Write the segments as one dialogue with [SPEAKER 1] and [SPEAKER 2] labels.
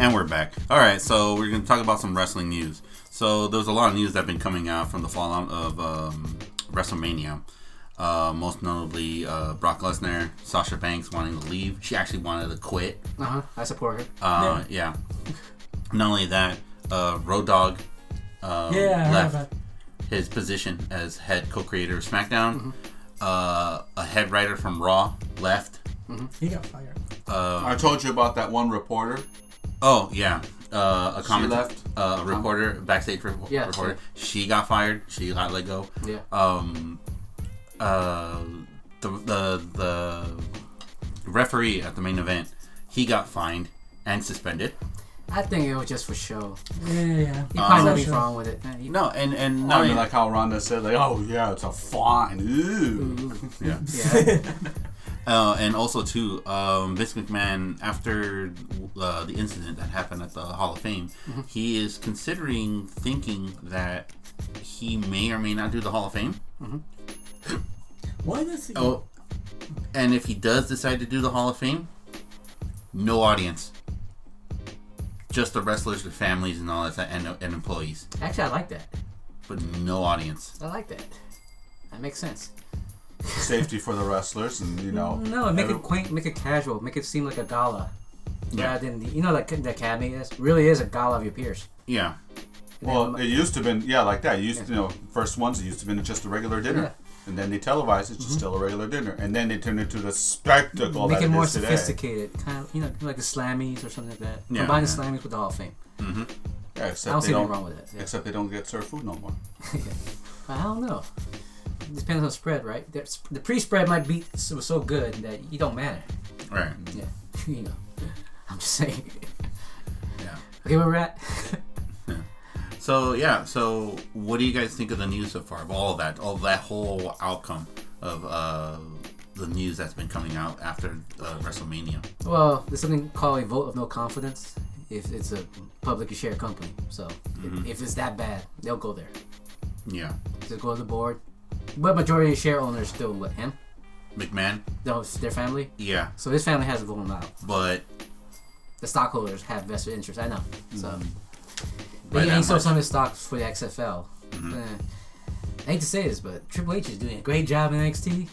[SPEAKER 1] And we're back. All right, so we're going to talk about some wrestling news. So there's a lot of news that have been coming out from the fallout of um, WrestleMania. Uh, most notably, uh, Brock Lesnar, Sasha Banks wanting to leave. She actually wanted to quit.
[SPEAKER 2] Uh huh. I support her.
[SPEAKER 1] Uh, yeah. Not only that, uh, Road Dog uh,
[SPEAKER 3] Yeah, I heard
[SPEAKER 1] left
[SPEAKER 3] about-
[SPEAKER 1] his position as head co-creator of SmackDown.
[SPEAKER 3] Mm-hmm.
[SPEAKER 1] Uh, a head writer from Raw left.
[SPEAKER 3] He got fired.
[SPEAKER 4] I told you about that one reporter.
[SPEAKER 1] Oh yeah, uh, a comment
[SPEAKER 4] left?
[SPEAKER 1] Uh, a reporter, backstage repor-
[SPEAKER 2] Yeah,
[SPEAKER 1] reporter. She got fired. She got let go.
[SPEAKER 2] Yeah.
[SPEAKER 1] Um, uh, the the the referee at the main event, he got fined and suspended.
[SPEAKER 2] I think it was just for show.
[SPEAKER 3] Yeah, yeah.
[SPEAKER 1] Oh,
[SPEAKER 4] uh,
[SPEAKER 2] He probably
[SPEAKER 3] Um,
[SPEAKER 2] nothing wrong with it. Uh, He-
[SPEAKER 1] No, and and
[SPEAKER 2] Oh,
[SPEAKER 4] I
[SPEAKER 1] not
[SPEAKER 4] mean,
[SPEAKER 1] only-
[SPEAKER 4] like how Rhonda said, like, oh yeah, it's a fine.
[SPEAKER 2] Mm-hmm.
[SPEAKER 4] Ooh.
[SPEAKER 1] yeah.
[SPEAKER 2] Yeah.
[SPEAKER 1] Uh, and also too, um, Vince McMahon, after uh, the incident that happened at the Hall of Fame, he is considering thinking that he may or may not do the Hall of Fame.
[SPEAKER 3] Why does he?
[SPEAKER 1] Oh, and if he does decide to do the Hall of Fame, no audience, just the wrestlers, the families, and all that, stuff, and, and employees,
[SPEAKER 2] Actually, I like that.
[SPEAKER 1] but no audience.
[SPEAKER 2] I like that. That makes sense.
[SPEAKER 4] Safety for the wrestlers, and you know.
[SPEAKER 2] No, make it
[SPEAKER 4] every-
[SPEAKER 2] quaint, make it casual, make it seem like a gala.
[SPEAKER 1] Yeah.
[SPEAKER 2] Rather than the, you know, like the academy is really is a gala of your peers.
[SPEAKER 1] Yeah,
[SPEAKER 2] Mm-hmm.
[SPEAKER 4] Well, it used to been yeah, like that. It used to, you know, first ones it used to been just a regular dinner.
[SPEAKER 2] Yeah. Mm-hmm.
[SPEAKER 4] And then they televised it's just still a regular dinner, and then they turned it into the spectacle
[SPEAKER 2] make
[SPEAKER 4] that
[SPEAKER 2] it more
[SPEAKER 4] is today.
[SPEAKER 2] sophisticated, kind of you know, like the slammies or something like that.
[SPEAKER 1] Yeah,
[SPEAKER 2] Combine
[SPEAKER 1] yeah.
[SPEAKER 2] the slammies with the Hall of Fame.
[SPEAKER 4] Yeah,
[SPEAKER 2] I
[SPEAKER 4] except
[SPEAKER 2] don't
[SPEAKER 4] they
[SPEAKER 2] see anything
[SPEAKER 4] don't.
[SPEAKER 2] wrong with it. Yeah.
[SPEAKER 4] Except they don't get served food no more.
[SPEAKER 2] I don't know. It depends on spread, right? There's, the pre-spread might be so, so good that you don't matter.
[SPEAKER 1] right.
[SPEAKER 2] Yeah, you know. I'm just saying.
[SPEAKER 1] Yeah.
[SPEAKER 2] Okay, where we're at.
[SPEAKER 1] So yeah, so what do you guys think of the news so far of all of that, all that whole outcome of uh, the news that's been coming out after uh, WrestleMania?
[SPEAKER 2] Well, there's something called a vote of no confidence. If it's a publicly shared company, so
[SPEAKER 1] Mm-hmm.
[SPEAKER 2] if, if it's that bad, they'll go there.
[SPEAKER 1] Yeah,
[SPEAKER 2] Just go to the board. But majority of share owners still with him.
[SPEAKER 1] McMahon.
[SPEAKER 2] Those their family.
[SPEAKER 1] Yeah,
[SPEAKER 2] So his family has a vote out.
[SPEAKER 1] but
[SPEAKER 2] The stockholders have vested interest. I know. So
[SPEAKER 1] By
[SPEAKER 2] but he,
[SPEAKER 1] Mm-hmm. that much.
[SPEAKER 2] he sold
[SPEAKER 1] Mm-hmm.
[SPEAKER 2] some of his stocks for the XFL. Eh. I hate to say this, but Triple H is doing a great job in NXT.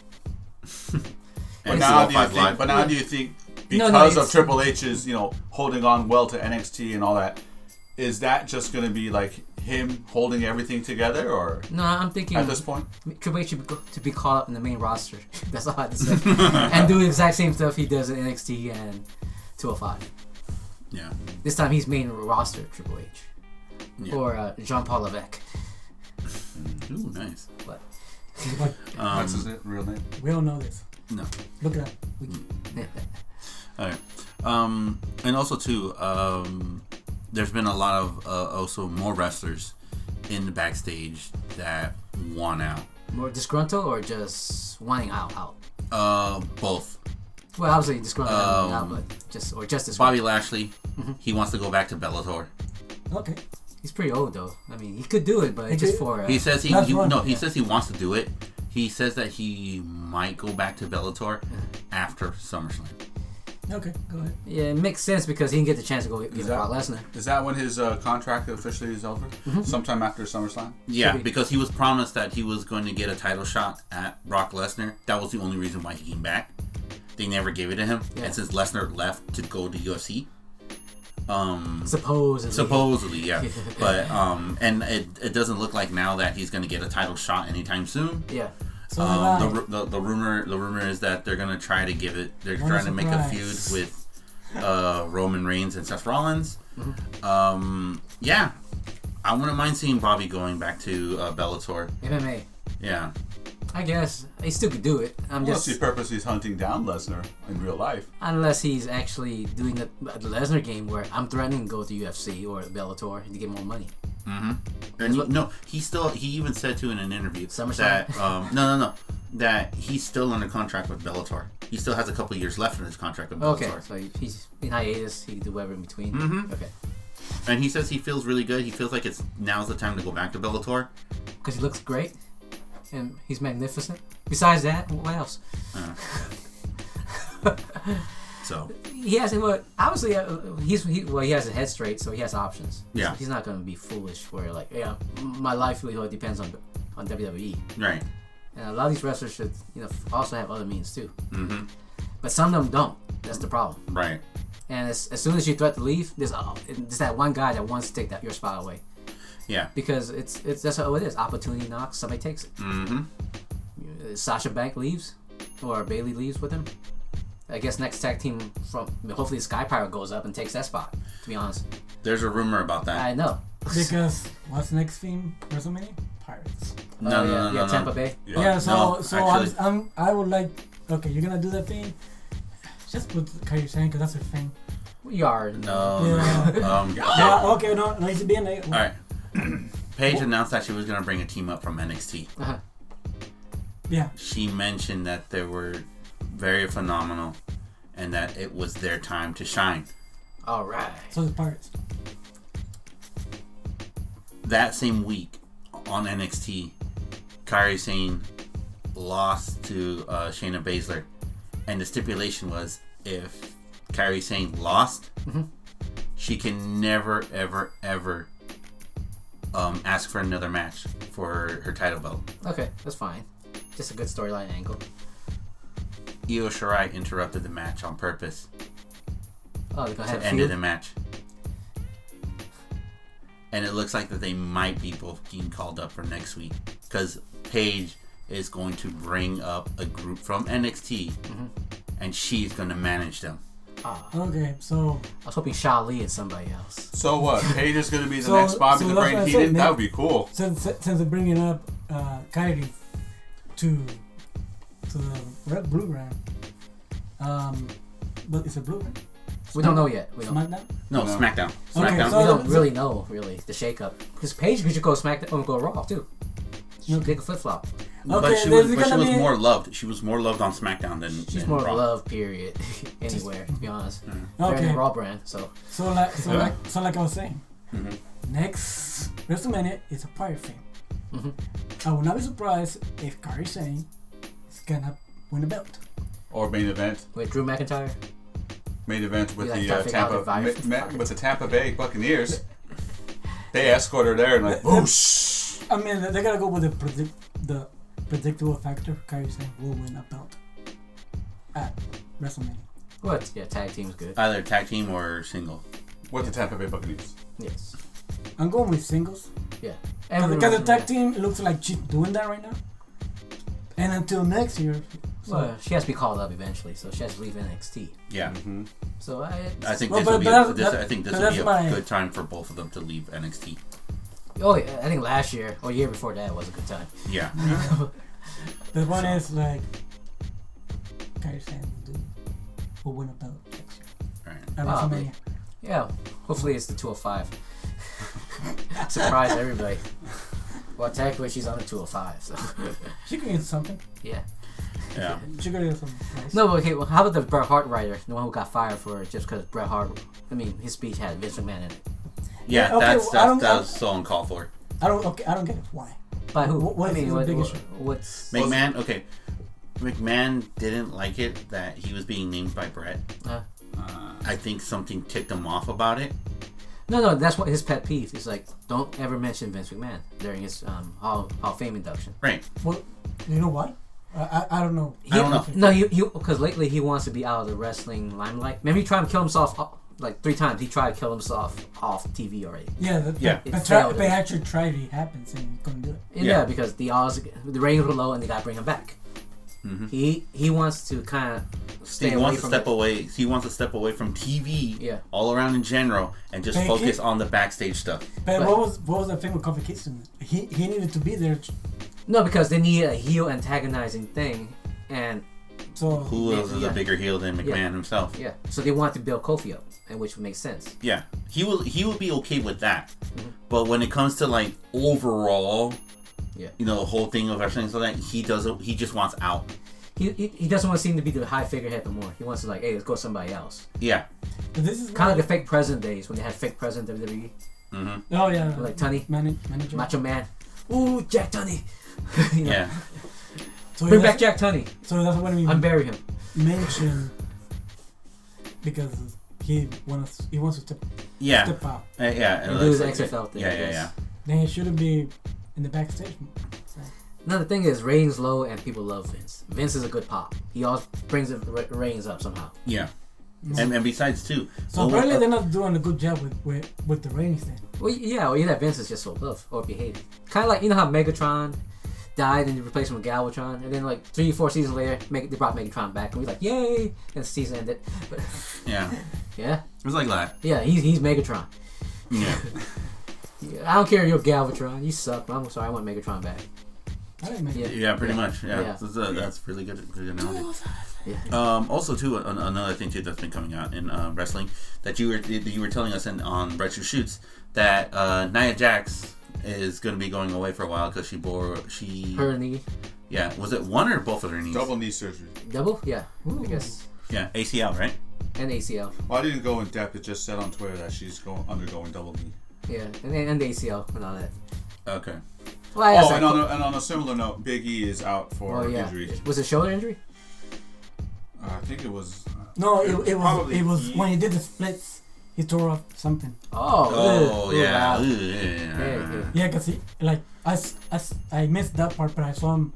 [SPEAKER 4] But
[SPEAKER 1] NXT
[SPEAKER 4] now, do you
[SPEAKER 1] 105
[SPEAKER 4] think,
[SPEAKER 1] Live-
[SPEAKER 4] but now do you think
[SPEAKER 2] No, no,
[SPEAKER 4] because of
[SPEAKER 2] it's-
[SPEAKER 4] Triple H's you know holding on well to NXT and all that, is that just going to be like him holding everything together, or
[SPEAKER 2] No, I'm thinking
[SPEAKER 4] at this point?
[SPEAKER 2] Triple H should be, to be called up in the main roster. That's all I have to say. and do the exact same stuff he does in NXT and 205.
[SPEAKER 1] yeah,
[SPEAKER 2] This time he's main roster Triple H.
[SPEAKER 1] Yeah.
[SPEAKER 2] Or uh, Jean Paul Levesque.
[SPEAKER 1] ooh, nice.
[SPEAKER 2] But
[SPEAKER 3] Like,
[SPEAKER 1] Um,
[SPEAKER 4] That's his real name.
[SPEAKER 3] we don't know this.
[SPEAKER 1] No,
[SPEAKER 3] Look it up. We,
[SPEAKER 2] eh,
[SPEAKER 1] all right. Um, and also too, um, there's been a lot of uh, also more wrestlers in the backstage that want out.
[SPEAKER 2] more disgruntled or just wanting out out.
[SPEAKER 1] Uh, both
[SPEAKER 2] Well, obviously disgruntled
[SPEAKER 1] Um,
[SPEAKER 2] now, but just or just disgruntled.
[SPEAKER 1] Bobby Lashley,
[SPEAKER 3] Mm-hmm.
[SPEAKER 1] he wants to go back to Bellator.
[SPEAKER 3] okay.
[SPEAKER 2] He's pretty old though. I mean, he could do it, but
[SPEAKER 3] He
[SPEAKER 2] just
[SPEAKER 3] could-
[SPEAKER 2] for uh,
[SPEAKER 1] He says he,
[SPEAKER 3] That's
[SPEAKER 1] he
[SPEAKER 3] wrong,
[SPEAKER 1] no. He
[SPEAKER 3] yeah.
[SPEAKER 1] says he wants to do it. He says that he might go back to Bellator after SummerSlam.
[SPEAKER 3] Okay. Go ahead.
[SPEAKER 2] yeah, it makes sense because he didn't get the chance to go get
[SPEAKER 4] Is
[SPEAKER 2] get
[SPEAKER 4] that-
[SPEAKER 2] Brock Lesnar.
[SPEAKER 4] Is that when his uh, contract officially is over?
[SPEAKER 3] Mm-hmm.
[SPEAKER 4] Sometime after SummerSlam.
[SPEAKER 1] Yeah,
[SPEAKER 2] Should be.
[SPEAKER 1] because he was promised that he was going to get a title shot at Brock Lesnar. That was the only reason why he came back. They never gave it to him,
[SPEAKER 2] Yeah.
[SPEAKER 1] and since Lesnar left to go to UFC, um,
[SPEAKER 2] Supposedly.
[SPEAKER 1] supposedly, yeah, but um, and it, it doesn't look like now that he's going to get a title shot anytime soon.
[SPEAKER 2] Yeah.
[SPEAKER 3] So
[SPEAKER 1] Um, the,
[SPEAKER 3] did I.
[SPEAKER 1] ru- the, the rumor the rumor is that they're gonna try to give it. They're
[SPEAKER 3] What a
[SPEAKER 1] trying to make a
[SPEAKER 3] surprise.
[SPEAKER 1] feud with uh, Roman Reigns and Seth Rollins.
[SPEAKER 3] Mm-hmm.
[SPEAKER 1] Um, yeah, I wouldn't mind seeing Bobby going back to uh, Bellator.
[SPEAKER 2] MMA.
[SPEAKER 1] Yeah,
[SPEAKER 2] I guess he still could do it. I'm
[SPEAKER 4] Unless he
[SPEAKER 2] just
[SPEAKER 4] purposely is hunting down Lesnar in real life.
[SPEAKER 2] unless he's actually doing the, the Lesnar game where I'm threatening to go to UFC or Bellator to get more money.
[SPEAKER 1] and he- no, he still he even said to in an interview
[SPEAKER 2] SummerSlam?
[SPEAKER 1] that um, no no no that he's still under contract with Bellator. He still has a couple years left in his contract with Bellator.
[SPEAKER 2] Okay, so he- he's in hiatus. He can do whatever in between. Mm-hmm. Okay,
[SPEAKER 1] And he says he feels really good. He feels like it's now's the time to go back to Bellator.
[SPEAKER 2] because he looks great and he's magnificent. Besides that, what else?
[SPEAKER 1] So
[SPEAKER 2] He has well, obviously uh, he's he, well he has his head straight, so he has options.
[SPEAKER 1] Yeah.
[SPEAKER 2] he's not gonna be foolish where like yeah, my livelihood depends on on WWE,
[SPEAKER 1] right,
[SPEAKER 2] and a lot of these wrestlers should you know also have other means too. Mm-hmm. But some of them don't. That's the problem.
[SPEAKER 1] right.
[SPEAKER 2] And as, as soon as you threat to leave, there's uh, there's that one guy that wants to take that your spot away
[SPEAKER 1] Yeah.
[SPEAKER 2] because it's it's that's how it is. Opportunity knocks, somebody takes it. Mm-hmm. Sasha Bank leaves, or Bailey leaves with him. I guess next tag team from I mean, hopefully Sky Pirate goes up and takes that spot. To be honest,
[SPEAKER 1] There's a rumor about that.
[SPEAKER 2] I know.
[SPEAKER 3] Because what's the next theme? WrestleMania? Pirates.
[SPEAKER 1] no, no,
[SPEAKER 2] Oh, yeah,
[SPEAKER 1] no, no,
[SPEAKER 2] yeah,
[SPEAKER 1] no.
[SPEAKER 2] Tampa Bay.
[SPEAKER 1] Yeah,
[SPEAKER 3] yeah, so
[SPEAKER 1] no,
[SPEAKER 3] so I'm,
[SPEAKER 1] actually-
[SPEAKER 3] I'm I would like okay, you're gonna do that thing. Just put Kairi Sane because that's her thing.
[SPEAKER 2] We are.
[SPEAKER 1] No,
[SPEAKER 3] Yeah.
[SPEAKER 1] no. Um,
[SPEAKER 3] Yeah, Uh, okay, no, no, it's being a,
[SPEAKER 1] All right. Paige announced that she was going to bring a team up from NXT.
[SPEAKER 2] Uh-huh.
[SPEAKER 3] yeah.
[SPEAKER 1] She mentioned that they were very phenomenal and that it was their time to shine.
[SPEAKER 2] All right.
[SPEAKER 3] So the pirates.
[SPEAKER 1] That same week on NXT, Kyrie Sane lost to uh, Shayna Baszler, and the stipulation was if Kyrie Sane lost, she can never, ever, ever um, ask for another match for her, her title belt.
[SPEAKER 2] Okay, that's fine. Just a good storyline angle.
[SPEAKER 1] Io Shirai interrupted the match on purpose
[SPEAKER 2] Oh, they're gonna have
[SPEAKER 1] to
[SPEAKER 2] a
[SPEAKER 1] end
[SPEAKER 2] feud?
[SPEAKER 1] the match. And it looks like that they might be both being called up for next week because Paige is going to bring up a group from NXT,
[SPEAKER 3] Mm-hmm.
[SPEAKER 1] and she's going to manage them.
[SPEAKER 2] Ah,
[SPEAKER 3] Okay, so
[SPEAKER 2] I was hoping Sha Lee is somebody else.
[SPEAKER 4] So what? Paige is gonna be the
[SPEAKER 3] So-
[SPEAKER 4] next Bobby
[SPEAKER 3] so
[SPEAKER 4] the
[SPEAKER 3] that's
[SPEAKER 4] Brain
[SPEAKER 3] what I said,
[SPEAKER 4] Heenan.
[SPEAKER 3] man.
[SPEAKER 4] That would be cool.
[SPEAKER 3] since since they're bringing up uh, Kairi to to the red blue ground, um, but it's a blue ground.
[SPEAKER 2] We don't know yet. We don't.
[SPEAKER 3] SmackDown.
[SPEAKER 1] No,
[SPEAKER 4] No.
[SPEAKER 1] SmackDown.
[SPEAKER 3] Okay,
[SPEAKER 1] SmackDown.
[SPEAKER 2] We
[SPEAKER 3] Um, so-
[SPEAKER 2] don't really know, really, the shakeup. Because Paige could just go smack or go raw too. She
[SPEAKER 3] Okay.
[SPEAKER 2] did a flip flop.
[SPEAKER 1] but
[SPEAKER 3] Okay,
[SPEAKER 1] she
[SPEAKER 3] there's
[SPEAKER 1] was, but she
[SPEAKER 3] gonna
[SPEAKER 1] was
[SPEAKER 3] be-
[SPEAKER 1] more loved. She was more loved on SmackDown than
[SPEAKER 2] She's
[SPEAKER 1] than
[SPEAKER 2] more
[SPEAKER 1] Raw.
[SPEAKER 2] love, period, anywhere, to be honest. They're in
[SPEAKER 3] Okay.
[SPEAKER 2] the Raw brand, so.
[SPEAKER 3] So like so
[SPEAKER 4] Yeah.
[SPEAKER 3] like so like I was saying,
[SPEAKER 1] Mm-hmm.
[SPEAKER 3] Mm-hmm. next WrestleMania is a pirate thing.
[SPEAKER 2] Mhm.
[SPEAKER 3] I would not be surprised if Kairi Sane is gonna win a belt.
[SPEAKER 4] Or main event.
[SPEAKER 2] With Drew McIntyre?
[SPEAKER 4] Main event with
[SPEAKER 2] Be like
[SPEAKER 4] the uh,
[SPEAKER 2] traffic out
[SPEAKER 4] Tampa
[SPEAKER 2] of virus.
[SPEAKER 4] ma- ma- with the Tampa Bay Buccaneers. They escort her there and like whoosh.
[SPEAKER 3] I mean they they gotta go with the predict the predictable factor. Kairi Sane will win a belt at WrestleMania.
[SPEAKER 2] What? Yeah, tag team's good.
[SPEAKER 1] Either tag team or single.
[SPEAKER 4] With the Tampa Bay Buccaneers.
[SPEAKER 2] Yes.
[SPEAKER 3] I'm going with singles.
[SPEAKER 2] Yeah.
[SPEAKER 3] Because
[SPEAKER 2] yeah.
[SPEAKER 3] the tag team looks like she's doing that right now. And until next year, so,
[SPEAKER 2] Well, she has to be called up eventually, so she has to leave NXT.
[SPEAKER 1] Yeah.
[SPEAKER 2] So I.
[SPEAKER 1] I think this
[SPEAKER 3] Mm-hmm. Well, but-
[SPEAKER 1] will be
[SPEAKER 3] but
[SPEAKER 1] a,
[SPEAKER 3] that's-
[SPEAKER 1] this,
[SPEAKER 3] that-
[SPEAKER 1] I think this
[SPEAKER 3] but
[SPEAKER 1] will be a
[SPEAKER 3] that's my-
[SPEAKER 1] good time for both of them to leave NXT.
[SPEAKER 2] Oh, yeah. I think last year or year before that was a good time.
[SPEAKER 1] Yeah.
[SPEAKER 3] the one is like Kairi Sane will do will win a belt next year
[SPEAKER 1] Right.
[SPEAKER 3] at
[SPEAKER 2] Probably.
[SPEAKER 3] WrestleMania.
[SPEAKER 2] Yeah. Hopefully it's the 205. Surprise everybody. Well, technically she's on the 205, so.
[SPEAKER 3] She could get something.
[SPEAKER 2] yeah.
[SPEAKER 1] Yeah.
[SPEAKER 3] She could get something. Nice.
[SPEAKER 2] No, but okay. Well, how about the Bret Hart writer, the one who got fired for it just because Bret Hart? I mean, his speech had Vince McMahon in it.
[SPEAKER 1] Yeah,
[SPEAKER 3] okay,
[SPEAKER 1] that's,
[SPEAKER 3] um, well, I
[SPEAKER 1] that's
[SPEAKER 3] don't-
[SPEAKER 1] that was so uncalled for.
[SPEAKER 3] I don't. Okay, I don't get it. Why?
[SPEAKER 2] By who?
[SPEAKER 3] What- what
[SPEAKER 2] I
[SPEAKER 3] is
[SPEAKER 2] mean,
[SPEAKER 3] the
[SPEAKER 2] what,
[SPEAKER 3] big
[SPEAKER 2] what-
[SPEAKER 3] issue?
[SPEAKER 2] what's
[SPEAKER 1] McMahon, okay. McMahon didn't like it that he was being named by Brett.
[SPEAKER 2] uh,
[SPEAKER 1] I think something ticked him off about it.
[SPEAKER 2] no, no. That's what his pet peeve is like. Don't ever mention Vince McMahon during his um, Hall, Hall of Fame induction.
[SPEAKER 1] Right.
[SPEAKER 3] Well, you know why? I, I, I don't know.
[SPEAKER 1] I don't know.
[SPEAKER 2] No, he because lately he wants to be out of the wrestling limelight. Remember, he tried to kill himself off- like three times. He tried to kill himself off TV already.
[SPEAKER 3] Yeah, that,
[SPEAKER 1] Yeah.
[SPEAKER 3] But,
[SPEAKER 2] It failed
[SPEAKER 3] but, tri-
[SPEAKER 2] him.
[SPEAKER 3] but actually, tried it happens and you couldn't do it.
[SPEAKER 2] And
[SPEAKER 1] Yeah.
[SPEAKER 2] yeah, because the odds, the ratings were low, and they got to bring him back. He he wants to kind of
[SPEAKER 1] Mm-hmm.
[SPEAKER 2] stay
[SPEAKER 1] he
[SPEAKER 2] away
[SPEAKER 1] wants to
[SPEAKER 2] from
[SPEAKER 1] step
[SPEAKER 2] it.
[SPEAKER 1] away. He wants to step away from TV.
[SPEAKER 2] Yeah.
[SPEAKER 1] All around in general, and just
[SPEAKER 3] Thank
[SPEAKER 1] focus
[SPEAKER 3] you.
[SPEAKER 1] on the backstage stuff.
[SPEAKER 3] But,
[SPEAKER 2] But-
[SPEAKER 3] what was what was the thing with Kofi Kingston? He he needed to be there.
[SPEAKER 2] No, because they need a heel antagonizing thing, and
[SPEAKER 3] So
[SPEAKER 1] Who else is
[SPEAKER 2] Yeah.
[SPEAKER 1] a bigger heel than McMahon
[SPEAKER 2] Yeah.
[SPEAKER 1] himself?
[SPEAKER 2] Yeah. So they want to build Kofi up, and which would make sense.
[SPEAKER 1] Yeah, he will. He will be okay with that.
[SPEAKER 2] Mm-hmm.
[SPEAKER 1] But when it comes to like overall,
[SPEAKER 2] Yeah.
[SPEAKER 1] you know, the whole thing of everything, so that he doesn't. He just wants out.
[SPEAKER 2] He, he, he doesn't want to seem to be the high figurehead no more. He wants to like, hey, let's go somebody else.
[SPEAKER 1] Yeah.
[SPEAKER 3] but this is
[SPEAKER 2] Kind of like the fake president days when they had fake president WWE,
[SPEAKER 3] Oh yeah.
[SPEAKER 2] E. like Tunney,
[SPEAKER 3] Manage, manager.
[SPEAKER 2] Macho Man. Ooh, Jack Tunney. You know,
[SPEAKER 1] Yeah.
[SPEAKER 3] So
[SPEAKER 2] Bring back
[SPEAKER 3] that's-
[SPEAKER 2] Jack Tunney.
[SPEAKER 3] So that's what we
[SPEAKER 2] Unbury him.
[SPEAKER 3] mention because he wants he wants to step,
[SPEAKER 1] Yeah.
[SPEAKER 3] step out.
[SPEAKER 1] Uh, yeah. it
[SPEAKER 2] And
[SPEAKER 1] looks
[SPEAKER 2] do his
[SPEAKER 1] like it.
[SPEAKER 2] XFL thing.
[SPEAKER 1] Yeah,
[SPEAKER 2] I
[SPEAKER 1] yeah,
[SPEAKER 2] guess.
[SPEAKER 1] yeah.
[SPEAKER 3] Then he shouldn't be in the backstage. So,
[SPEAKER 2] Now the thing is, ratings low and people love Vince. Vince is a good pop. He always brings the ra- ratings up somehow.
[SPEAKER 1] Yeah. And, and besides too,
[SPEAKER 3] so
[SPEAKER 1] well, uh,
[SPEAKER 3] apparently
[SPEAKER 1] what-
[SPEAKER 3] they're not doing a good job with with, with the ratings thing.
[SPEAKER 2] Well, yeah, well, either Vince is just so buff or be hated. Kind of like you know how Megatron died and replaced him with Galvatron, and then like three, four seasons later, Meg- they brought Megatron back, and we like, yay! And the season ended. But
[SPEAKER 1] yeah,
[SPEAKER 2] yeah,
[SPEAKER 1] it was like that.
[SPEAKER 2] yeah, he's he's Megatron.
[SPEAKER 1] Yeah,
[SPEAKER 2] I don't care if you're Galvatron. You suck. But I'm sorry. I want Megatron back.
[SPEAKER 3] I didn't make
[SPEAKER 2] Yeah.
[SPEAKER 3] it.
[SPEAKER 1] yeah, pretty much. Yeah,
[SPEAKER 2] Yeah.
[SPEAKER 1] That's, a, that's really good. good analogy.
[SPEAKER 2] Yeah.
[SPEAKER 1] Um, also, too, an, another thing too that's been coming out in uh, wrestling that you were that you were telling us in, on Red Shoe Shoots that uh, Nia Jax is going to be going away for a while because she bore she
[SPEAKER 2] Her and the
[SPEAKER 1] yeah was it one or both of her knees
[SPEAKER 4] Double knee surgery.
[SPEAKER 2] double, yeah, I guess,
[SPEAKER 1] yeah ACL right
[SPEAKER 2] and ACL,
[SPEAKER 4] Well, I didn't go in depth. It just said on Twitter that she's going undergoing double knee.
[SPEAKER 2] yeah, and and the ACL and all that.
[SPEAKER 1] okay
[SPEAKER 2] Well, I guess
[SPEAKER 4] Oh,
[SPEAKER 2] I-
[SPEAKER 4] and on, a, and on a similar note, Big E is out for
[SPEAKER 2] oh, yeah.
[SPEAKER 4] injury.
[SPEAKER 2] Was it shoulder injury?
[SPEAKER 4] Uh, I think it was.
[SPEAKER 3] No, it, it was
[SPEAKER 4] probably
[SPEAKER 3] it was
[SPEAKER 4] he-
[SPEAKER 3] when he did the splits, he tore up something.
[SPEAKER 2] Oh,
[SPEAKER 1] oh
[SPEAKER 2] ugh, ugh,
[SPEAKER 1] yeah.
[SPEAKER 2] wow.
[SPEAKER 1] Ooh, yeah, yeah,
[SPEAKER 2] Yeah, yeah.
[SPEAKER 3] Yeah, cause he like I, s- I s- I missed that part, but I saw him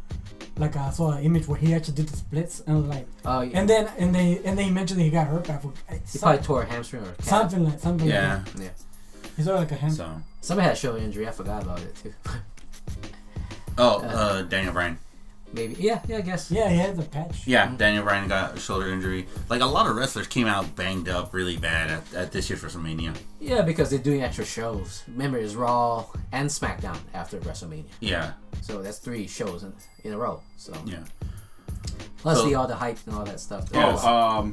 [SPEAKER 3] like I saw an image where he actually did the splits and I was like,
[SPEAKER 2] Oh, yeah.
[SPEAKER 3] and then and they and they mentioned he got hurt. I forgot,
[SPEAKER 2] He probably tore a hamstring or a calf.
[SPEAKER 3] something like something.
[SPEAKER 1] yeah.
[SPEAKER 3] Like
[SPEAKER 2] Yeah.
[SPEAKER 3] that. He saw like a hand.
[SPEAKER 1] So
[SPEAKER 2] Somebody had a shoulder injury. I forgot about it too.
[SPEAKER 1] oh uh, Daniel Bryan
[SPEAKER 2] Maybe. Yeah. Yeah. I guess.
[SPEAKER 3] Yeah, he had the patch.
[SPEAKER 1] Yeah, Daniel Bryan got a shoulder injury. Like a lot of wrestlers came out banged up really bad at, at this year's WrestleMania.
[SPEAKER 2] Yeah, because they're doing extra shows. Remember, it's Raw and SmackDown after WrestleMania,
[SPEAKER 1] Yeah,
[SPEAKER 2] so that's three shows in, in a row. So
[SPEAKER 1] yeah.
[SPEAKER 2] plus
[SPEAKER 1] So- uh,
[SPEAKER 2] the all the hype and all that stuff.
[SPEAKER 4] Oh, um,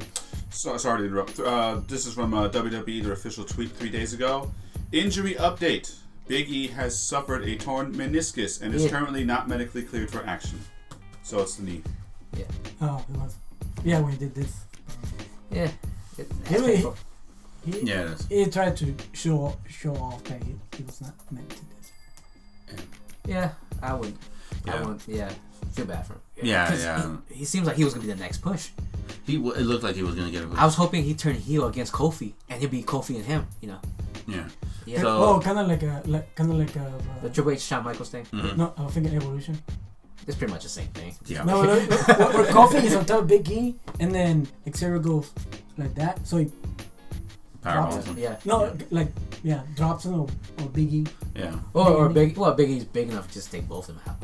[SPEAKER 4] so, sorry to interrupt. Uh, this is from uh, WWE, their official tweet three days ago. Injury update: Big E has suffered a torn meniscus and is
[SPEAKER 2] Yeah.
[SPEAKER 4] currently not medically cleared for action. So it's the knee.
[SPEAKER 3] Oh, it was. Yeah, when he did this,
[SPEAKER 2] yeah. It- that's
[SPEAKER 3] Really?
[SPEAKER 2] painful.
[SPEAKER 3] he
[SPEAKER 1] Yeah, it is.
[SPEAKER 3] he tried to show show off that he, he was not meant to do. it.
[SPEAKER 2] Yeah, I would.
[SPEAKER 1] Yeah.
[SPEAKER 2] I would. Yeah, feel bad for him.
[SPEAKER 1] Yeah,
[SPEAKER 2] 'Cause
[SPEAKER 1] yeah.
[SPEAKER 2] He, he seems like he was gonna be the next push.
[SPEAKER 1] He w- it looked like he was gonna get a
[SPEAKER 2] I was hoping he'd turn heel against Kofi, and it'd be Kofi and him. You know,
[SPEAKER 1] yeah.
[SPEAKER 2] Yeah.
[SPEAKER 1] So
[SPEAKER 3] oh, kind of like a like kind of like a.
[SPEAKER 2] the
[SPEAKER 3] Uh,
[SPEAKER 2] Triple H Shawn Michaels thing.
[SPEAKER 1] Mm-hmm.
[SPEAKER 3] no, I was thinking evolution.
[SPEAKER 2] It's pretty much the same thing.
[SPEAKER 1] yeah,
[SPEAKER 3] No, no, no, we're- we're coughing is on top of Big E, and then Xavier goes like that. So he,
[SPEAKER 1] powerballs him.
[SPEAKER 2] Yeah.
[SPEAKER 3] no, like yeah, drops him or, or Big E.
[SPEAKER 1] Yeah,
[SPEAKER 2] Or, or big. Well, Biggie's big enough to just take both of them out.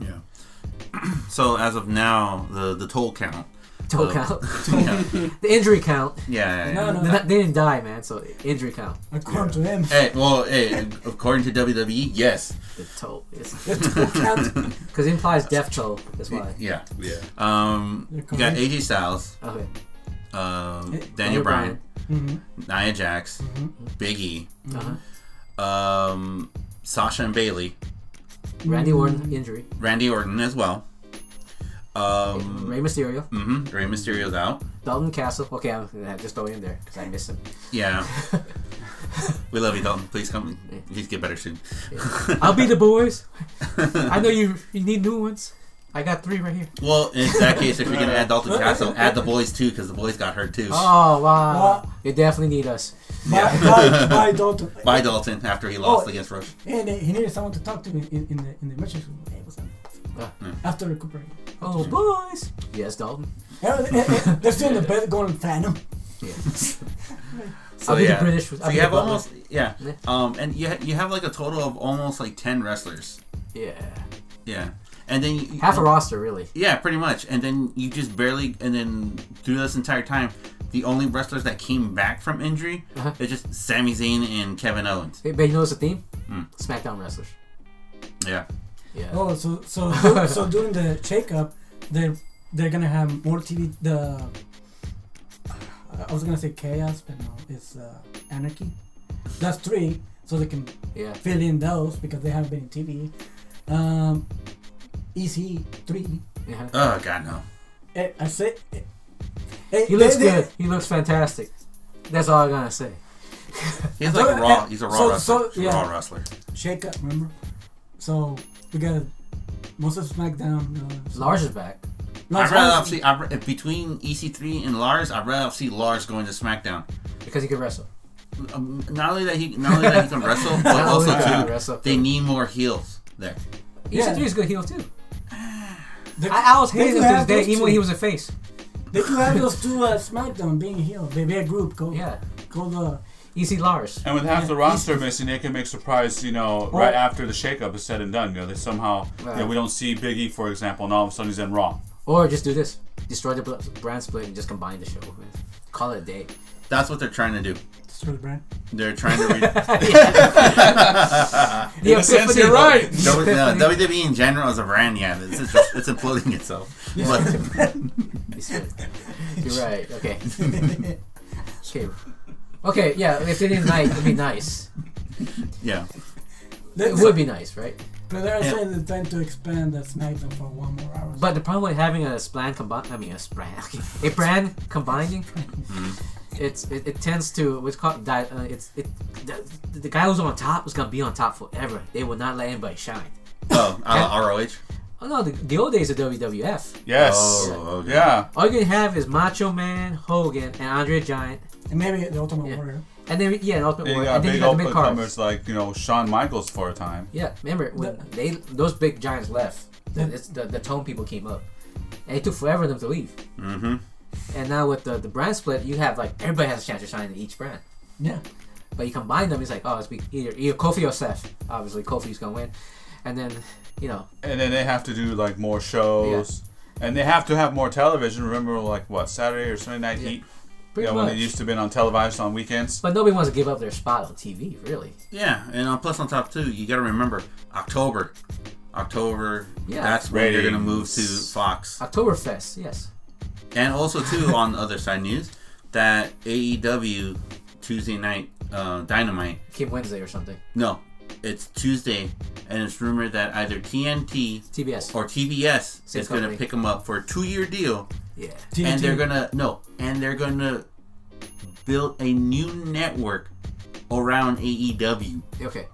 [SPEAKER 1] yeah. so as of now, the the toll count.
[SPEAKER 2] Toe
[SPEAKER 1] Uh,
[SPEAKER 2] count.
[SPEAKER 1] Yeah,
[SPEAKER 2] the injury count.
[SPEAKER 1] yeah. yeah, yeah.
[SPEAKER 3] No, no.
[SPEAKER 2] They're not- they didn't die, man. So injury count.
[SPEAKER 3] According to him,
[SPEAKER 1] Hey, well, hey, according to WWE, yes.
[SPEAKER 2] The toe.
[SPEAKER 3] the toe count.
[SPEAKER 2] Because it implies death toll. That's why.
[SPEAKER 1] Yeah.
[SPEAKER 4] Yeah.
[SPEAKER 1] Um, you got
[SPEAKER 3] Correct.
[SPEAKER 1] AJ Styles,
[SPEAKER 2] Okay.
[SPEAKER 1] um,
[SPEAKER 3] Daniel
[SPEAKER 1] Daniel Bryan,
[SPEAKER 3] Mhm.
[SPEAKER 1] Nia Jax, Big E,
[SPEAKER 2] Bryan. Uh-huh.
[SPEAKER 1] um, Sasha and Bailey,
[SPEAKER 2] Randy Orton injury.
[SPEAKER 1] Randy Orton as well. Um,
[SPEAKER 2] Rey Mysterio.
[SPEAKER 1] mhm, Rey Mysterio's out.
[SPEAKER 2] Dalton Castle. Okay, I'm gonna have- just throw in there because I miss him.
[SPEAKER 1] Yeah. we love you, Dalton. Please come. Please get better soon.
[SPEAKER 2] I'll be the boys. I know you. You need new ones. I got three right here.
[SPEAKER 1] Well, in that case, if you're gonna add Dalton Castle, add the boys too, because the boys got hurt too.
[SPEAKER 2] Oh wow!
[SPEAKER 3] Wow.
[SPEAKER 2] They definitely need us.
[SPEAKER 3] By, by, by Dalton.
[SPEAKER 1] By Dalton after he lost
[SPEAKER 3] Oh.
[SPEAKER 1] against Rush.
[SPEAKER 3] And he needed someone to talk to in, in, in the in the emergency room. Hey, what's up?
[SPEAKER 2] Ah.
[SPEAKER 3] After recuperating,
[SPEAKER 2] Oh boys! Yes, Dalton.
[SPEAKER 3] And- and- and eh, they're still in the bed going phantom.
[SPEAKER 1] So
[SPEAKER 2] I'll be the
[SPEAKER 1] yeah.
[SPEAKER 2] British-
[SPEAKER 1] So
[SPEAKER 2] I'll be
[SPEAKER 1] you
[SPEAKER 2] the
[SPEAKER 1] have
[SPEAKER 2] Butler.
[SPEAKER 1] almost yeah.
[SPEAKER 2] Yeah.
[SPEAKER 1] Um, and you ha- you have like a total of almost like ten wrestlers.
[SPEAKER 2] Yeah.
[SPEAKER 1] Yeah. And then you,
[SPEAKER 2] Half a roster, really.
[SPEAKER 1] Yeah, pretty much. And then you just barely, and then through this entire time, the only wrestlers that came back from injury
[SPEAKER 2] Uh-huh.
[SPEAKER 1] is just Sami Zayn and Kevin Owens.
[SPEAKER 2] Hey, but you notice the theme? SmackDown wrestlers.
[SPEAKER 1] Yeah.
[SPEAKER 2] Yeah.
[SPEAKER 3] Oh, so so du- so during the shakeup, they're they're gonna have more TV. The uh, I was gonna say chaos, but no, it's uh, anarchy. That's three, so they can
[SPEAKER 2] Yeah.
[SPEAKER 3] fill in those because they haven't been in TV. Um, EC three.
[SPEAKER 2] yeah.
[SPEAKER 1] Oh God no.
[SPEAKER 3] Eh, I say. eh, eh,
[SPEAKER 2] He looks
[SPEAKER 3] they- they-
[SPEAKER 2] good. He looks fantastic. That's all I gotta say.
[SPEAKER 1] He's like
[SPEAKER 3] So,
[SPEAKER 1] a raw.
[SPEAKER 3] uh,
[SPEAKER 1] He's a raw
[SPEAKER 3] so-
[SPEAKER 1] wrestler.
[SPEAKER 3] so,
[SPEAKER 1] He's a
[SPEAKER 3] yeah.
[SPEAKER 1] raw wrestler.
[SPEAKER 3] Shake up, remember? So we got most of SmackDown. Uh,
[SPEAKER 2] Lars is back.
[SPEAKER 3] Lars
[SPEAKER 1] I'd rather
[SPEAKER 3] Hollis-
[SPEAKER 1] see I'd, ra- between EC3 and Lars. I'd rather see Lars going to SmackDown.
[SPEAKER 2] because he can wrestle.
[SPEAKER 1] Um, not only that he not only that he can wrestle, but
[SPEAKER 2] Not only
[SPEAKER 1] also
[SPEAKER 2] that he can
[SPEAKER 1] too,
[SPEAKER 2] wrestle.
[SPEAKER 1] they need more heels there.
[SPEAKER 3] Yeah.
[SPEAKER 2] EC3 is a good heel too.
[SPEAKER 3] They,
[SPEAKER 2] I, I was
[SPEAKER 3] they
[SPEAKER 2] hating him to
[SPEAKER 3] could
[SPEAKER 2] this
[SPEAKER 3] have
[SPEAKER 2] day,
[SPEAKER 3] those
[SPEAKER 2] even
[SPEAKER 3] two.
[SPEAKER 2] when he was a face.
[SPEAKER 3] They could have those two uh, SmackDown being healed. They be a group. uh, Go,
[SPEAKER 2] Yeah,
[SPEAKER 3] go the.
[SPEAKER 2] EC Lars.
[SPEAKER 4] And with half the roster missing, they can make surprise, you know, right after the shakeup is said and done. You know, they somehow, you know,
[SPEAKER 2] Right.
[SPEAKER 4] we don't see Big E, for example, and all of a sudden he's in Raw.
[SPEAKER 2] Or just do this: destroy the bl- brand split and just combine the show. Call it a day.
[SPEAKER 1] That's what they're trying to do.
[SPEAKER 3] Sorry, Brian.
[SPEAKER 1] They're trying to. Re-
[SPEAKER 2] The
[SPEAKER 4] a sense,
[SPEAKER 2] epiphany-
[SPEAKER 4] you're right.
[SPEAKER 1] W- no,
[SPEAKER 2] Epiphany-
[SPEAKER 1] WWE in general as a brand, yeah, it's, it's, just, it's imploding itself. But
[SPEAKER 2] You're right. Okay. okay. Okay. Yeah. If it is nice, it'd be nice.
[SPEAKER 1] yeah,
[SPEAKER 2] It would be nice, right?
[SPEAKER 3] But they're
[SPEAKER 1] Yeah.
[SPEAKER 3] saying they're trying to expand the SmackDown for one more hour.
[SPEAKER 2] But the problem with having a span combine, I mean a span, a brand combining, it's it, it tends to what's called di- uh, it's it the, the guy who's on top is gonna be on top forever. They will not let anybody shine.
[SPEAKER 1] oh, uh, ROH.
[SPEAKER 2] Oh no, the, the old days of WWF.
[SPEAKER 4] Yes.
[SPEAKER 1] Oh, okay.
[SPEAKER 4] Yeah.
[SPEAKER 2] All you can have is Macho Man, Hogan, and Andre the Giant,
[SPEAKER 3] and maybe the Ultimate
[SPEAKER 2] Yeah.
[SPEAKER 3] Warrior.
[SPEAKER 2] and then yeah, and Ultimate
[SPEAKER 4] They
[SPEAKER 2] Warrior,
[SPEAKER 4] got
[SPEAKER 2] and then you
[SPEAKER 4] big
[SPEAKER 2] got the
[SPEAKER 4] open
[SPEAKER 2] mid cards.
[SPEAKER 4] comers like, you know, Shawn Michaels for a time.
[SPEAKER 2] Yeah, remember when they those big giants left, the,
[SPEAKER 3] Yeah.
[SPEAKER 2] it's, the the tone people came up, and it took forever for them to leave.
[SPEAKER 1] Mm-hmm.
[SPEAKER 2] And now with the, the brand split, you have like everybody has a chance to shine in each brand,
[SPEAKER 3] Yeah.
[SPEAKER 2] but you combine them, it's like oh, it's be either either Kofi or Seth. Obviously, Kofi's gonna win, and then you know
[SPEAKER 4] and then they have to do like more shows and they have to have more television remember like what saturday or sunday night
[SPEAKER 2] Yeah,
[SPEAKER 4] heat
[SPEAKER 2] pretty
[SPEAKER 4] yeah
[SPEAKER 2] much.
[SPEAKER 4] when it used to been on televised on weekends
[SPEAKER 2] but nobody wants to give up their spot on TV, really.
[SPEAKER 1] Yeah, and uh, plus on top too, you got to remember October, October.
[SPEAKER 2] Yeah.
[SPEAKER 1] that's when you're gonna move to
[SPEAKER 4] Ratings.
[SPEAKER 1] Fox,
[SPEAKER 2] Oktoberfest, yes.
[SPEAKER 1] and also too on the other side news that AEW Tuesday night uh, Dynamite.
[SPEAKER 2] Came Wednesday or something.
[SPEAKER 1] No, it's Tuesday, and it's rumored that either TNT
[SPEAKER 2] TBS.
[SPEAKER 1] or TBS
[SPEAKER 2] Same
[SPEAKER 1] is gonna
[SPEAKER 2] company.
[SPEAKER 1] pick them up for a two-year deal.
[SPEAKER 4] Oh.
[SPEAKER 2] Yeah.
[SPEAKER 3] TNT.
[SPEAKER 1] and they're gonna no, and they're gonna build a new network around E AEW.
[SPEAKER 2] Okay.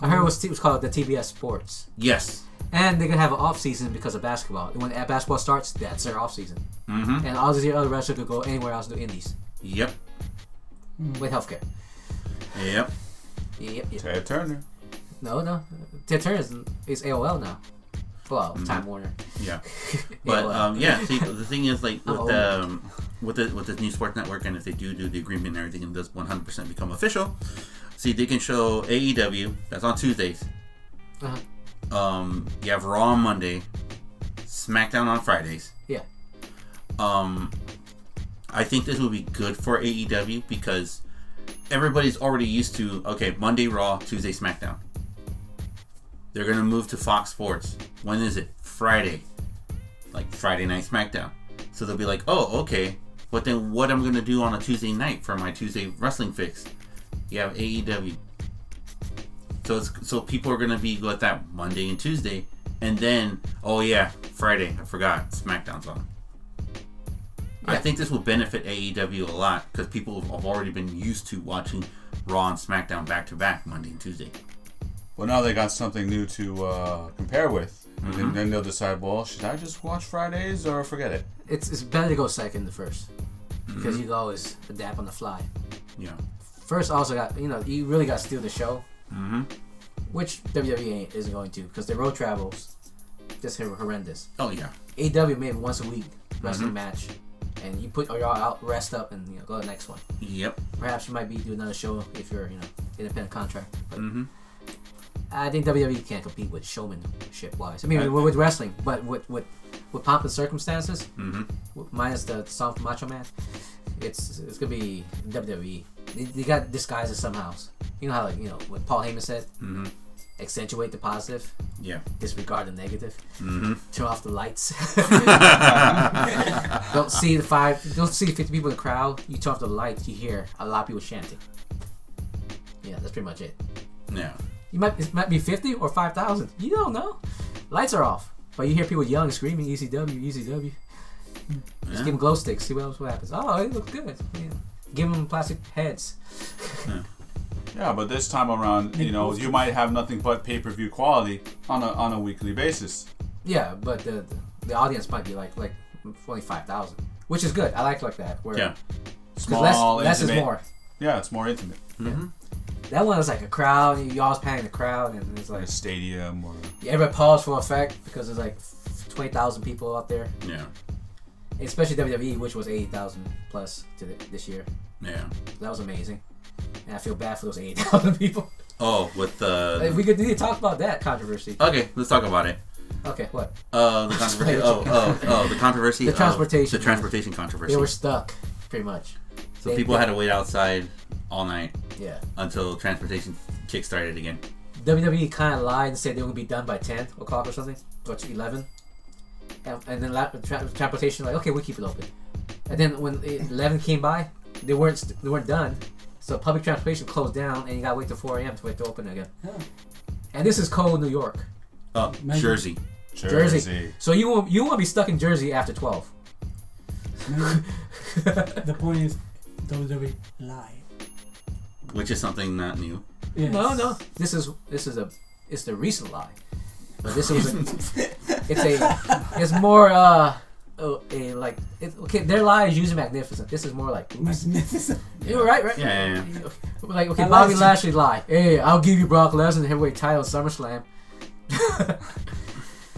[SPEAKER 2] I heard it was, it was called the TBS Sports.
[SPEAKER 1] Yes,
[SPEAKER 2] And they're gonna have an off season because of basketball. When that basketball starts, that's their off season.
[SPEAKER 1] Mhm.
[SPEAKER 2] And all these other wrestlers could go anywhere else to do indies
[SPEAKER 1] yep,
[SPEAKER 2] with healthcare.
[SPEAKER 1] yep.
[SPEAKER 2] Yep, yep.
[SPEAKER 4] ted turner
[SPEAKER 2] No, no. Ted Turner is, is AOL now. Well, Time Warner.
[SPEAKER 1] Yeah, but
[SPEAKER 2] well.
[SPEAKER 1] um, yeah. See, the thing is, like with
[SPEAKER 2] uh, Oh.
[SPEAKER 1] the um, with the with this new sports network, and if they do do the agreement and everything, and does one hundred percent become official, see, they can show AEW that's on Tuesdays.
[SPEAKER 2] Uh-huh.
[SPEAKER 1] Um, you have Raw on Monday, SmackDown on Fridays.
[SPEAKER 2] Yeah.
[SPEAKER 1] Um, I think this will be good for AEW because everybody's already used to okay Monday Raw, Tuesday SmackDown. They're gonna move to Fox Sports. When is it? Friday, like Friday Night SmackDown. So they'll be like, oh okay, but then what I'm gonna do on a Tuesday night for my Tuesday wrestling fix? You have AEW. So it's so people are gonna be with that Monday and Tuesday, and then oh yeah, Friday I forgot SmackDown's on. I
[SPEAKER 2] Yeah.
[SPEAKER 1] think this will benefit AEW a lot because people have have already been used to watching Raw and SmackDown back to back Monday and Tuesday.
[SPEAKER 4] well now they got something new to uh, compare with and
[SPEAKER 2] Mm-hmm.
[SPEAKER 4] then- then they'll decide well should i just watch fridays or forget it
[SPEAKER 2] It's, it's better to go second than first because you can always adapt on the fly.
[SPEAKER 1] Yeah.
[SPEAKER 2] First, also got you know you really got to steal the show, mm-hmm. which WWE ain't, isn't going to because the road travels just hor- horrendous.
[SPEAKER 1] Oh yeah.
[SPEAKER 2] AW made once a week wrestling match, and you put y'all out, rest up, and you know, go to the next one.
[SPEAKER 1] Yep.
[SPEAKER 2] Perhaps you might be do another show if you're you know independent contract. But
[SPEAKER 1] Mm. Mm-hmm.
[SPEAKER 2] I think WWE can't compete with showmanship wise. I mean,
[SPEAKER 4] I-
[SPEAKER 2] with, with wrestling, but with with with pomp and circumstances,
[SPEAKER 1] Mm. Mm-hmm.
[SPEAKER 2] with- minus the soft macho man, it's it's gonna be WWE. They, they got disguises somehow. You know how like you know what Paul Heyman said. Accentuate the positive,
[SPEAKER 1] Mm-hmm. Yeah.
[SPEAKER 2] disregard the negative, turn off the lights. don't see the five, don't see the fifty people in the crowd. You turn off the lights, you hear a lot of people chanting. Yeah, that's pretty much it.
[SPEAKER 1] Yeah.
[SPEAKER 2] You might it might be fifty or five thousand. You don't know. Lights are off, but you hear people yelling, screaming, E ECW, ECW. Just give them glow sticks. See what else what happens. Oh, it looks good. Yeah. Give them plastic heads.
[SPEAKER 4] yeah but this time around you know you might have nothing but pay-per-view quality on a on a weekly basis
[SPEAKER 2] Yeah, but the, the the audience might be like like only five thousand, which is good. I like like that. Where
[SPEAKER 1] Yeah.
[SPEAKER 2] 'cause
[SPEAKER 4] Small,
[SPEAKER 2] less, less is
[SPEAKER 4] intimate.
[SPEAKER 2] more.
[SPEAKER 4] Yeah, it's more intimate.
[SPEAKER 2] That one was like a crowd. You alls panning the crowd, and it's
[SPEAKER 4] Like
[SPEAKER 2] like
[SPEAKER 4] a stadium or
[SPEAKER 2] everybody paused for effect because there's like twenty thousand people out there,
[SPEAKER 1] Yeah.
[SPEAKER 2] especially WWE, which was eighty thousand plus to the, this year.
[SPEAKER 1] Yeah.
[SPEAKER 2] That was amazing, and I feel bad for those eighty thousand people.
[SPEAKER 1] Oh, with
[SPEAKER 2] Like,
[SPEAKER 1] the.
[SPEAKER 2] we could we need to talk about that controversy.
[SPEAKER 1] Okay, let's talk about it.
[SPEAKER 2] Okay, what?
[SPEAKER 1] Uh, the controversy. oh, oh, oh, the controversy.
[SPEAKER 2] The
[SPEAKER 1] of
[SPEAKER 2] transportation.
[SPEAKER 1] The transportation controversy.
[SPEAKER 2] They were stuck, pretty much.
[SPEAKER 1] so
[SPEAKER 2] they-
[SPEAKER 1] people
[SPEAKER 2] they-
[SPEAKER 1] had to wait outside all night
[SPEAKER 2] Yeah.
[SPEAKER 1] until transportation kick started again.
[SPEAKER 2] WWE kind of E lied and said they would be done by 10 o'clock or something, or to 11. And, and then la- tra- transportation like, okay, we keep it open. And then when the 11 came by, they weren't st- they weren't done. So public transportation closed down, and you gotta wait till 4 a.m. to wait to open again.
[SPEAKER 3] Yeah.
[SPEAKER 2] And this is cold New York,
[SPEAKER 1] Oh,
[SPEAKER 3] Maybe.
[SPEAKER 1] Jersey.
[SPEAKER 2] Jersey. So you won't you won't be stuck in Jersey after 12.
[SPEAKER 3] Maybe the point is, WWE lie.
[SPEAKER 1] which is something not new.
[SPEAKER 3] Yes.
[SPEAKER 2] No, no, this is this is a it's the recent lie, but this was a, it's a it's more uh a, a like it, okay their lie is usually magnificent. This is more like oops.
[SPEAKER 3] Magnificent.
[SPEAKER 2] You were right, right?
[SPEAKER 1] Yeah, yeah, yeah.
[SPEAKER 2] Like, okay,
[SPEAKER 3] I
[SPEAKER 2] Bobby
[SPEAKER 3] lost.
[SPEAKER 2] Lashley lie. Hey, I'll give you Brock Lesnar the heavyweight title at SummerSlam.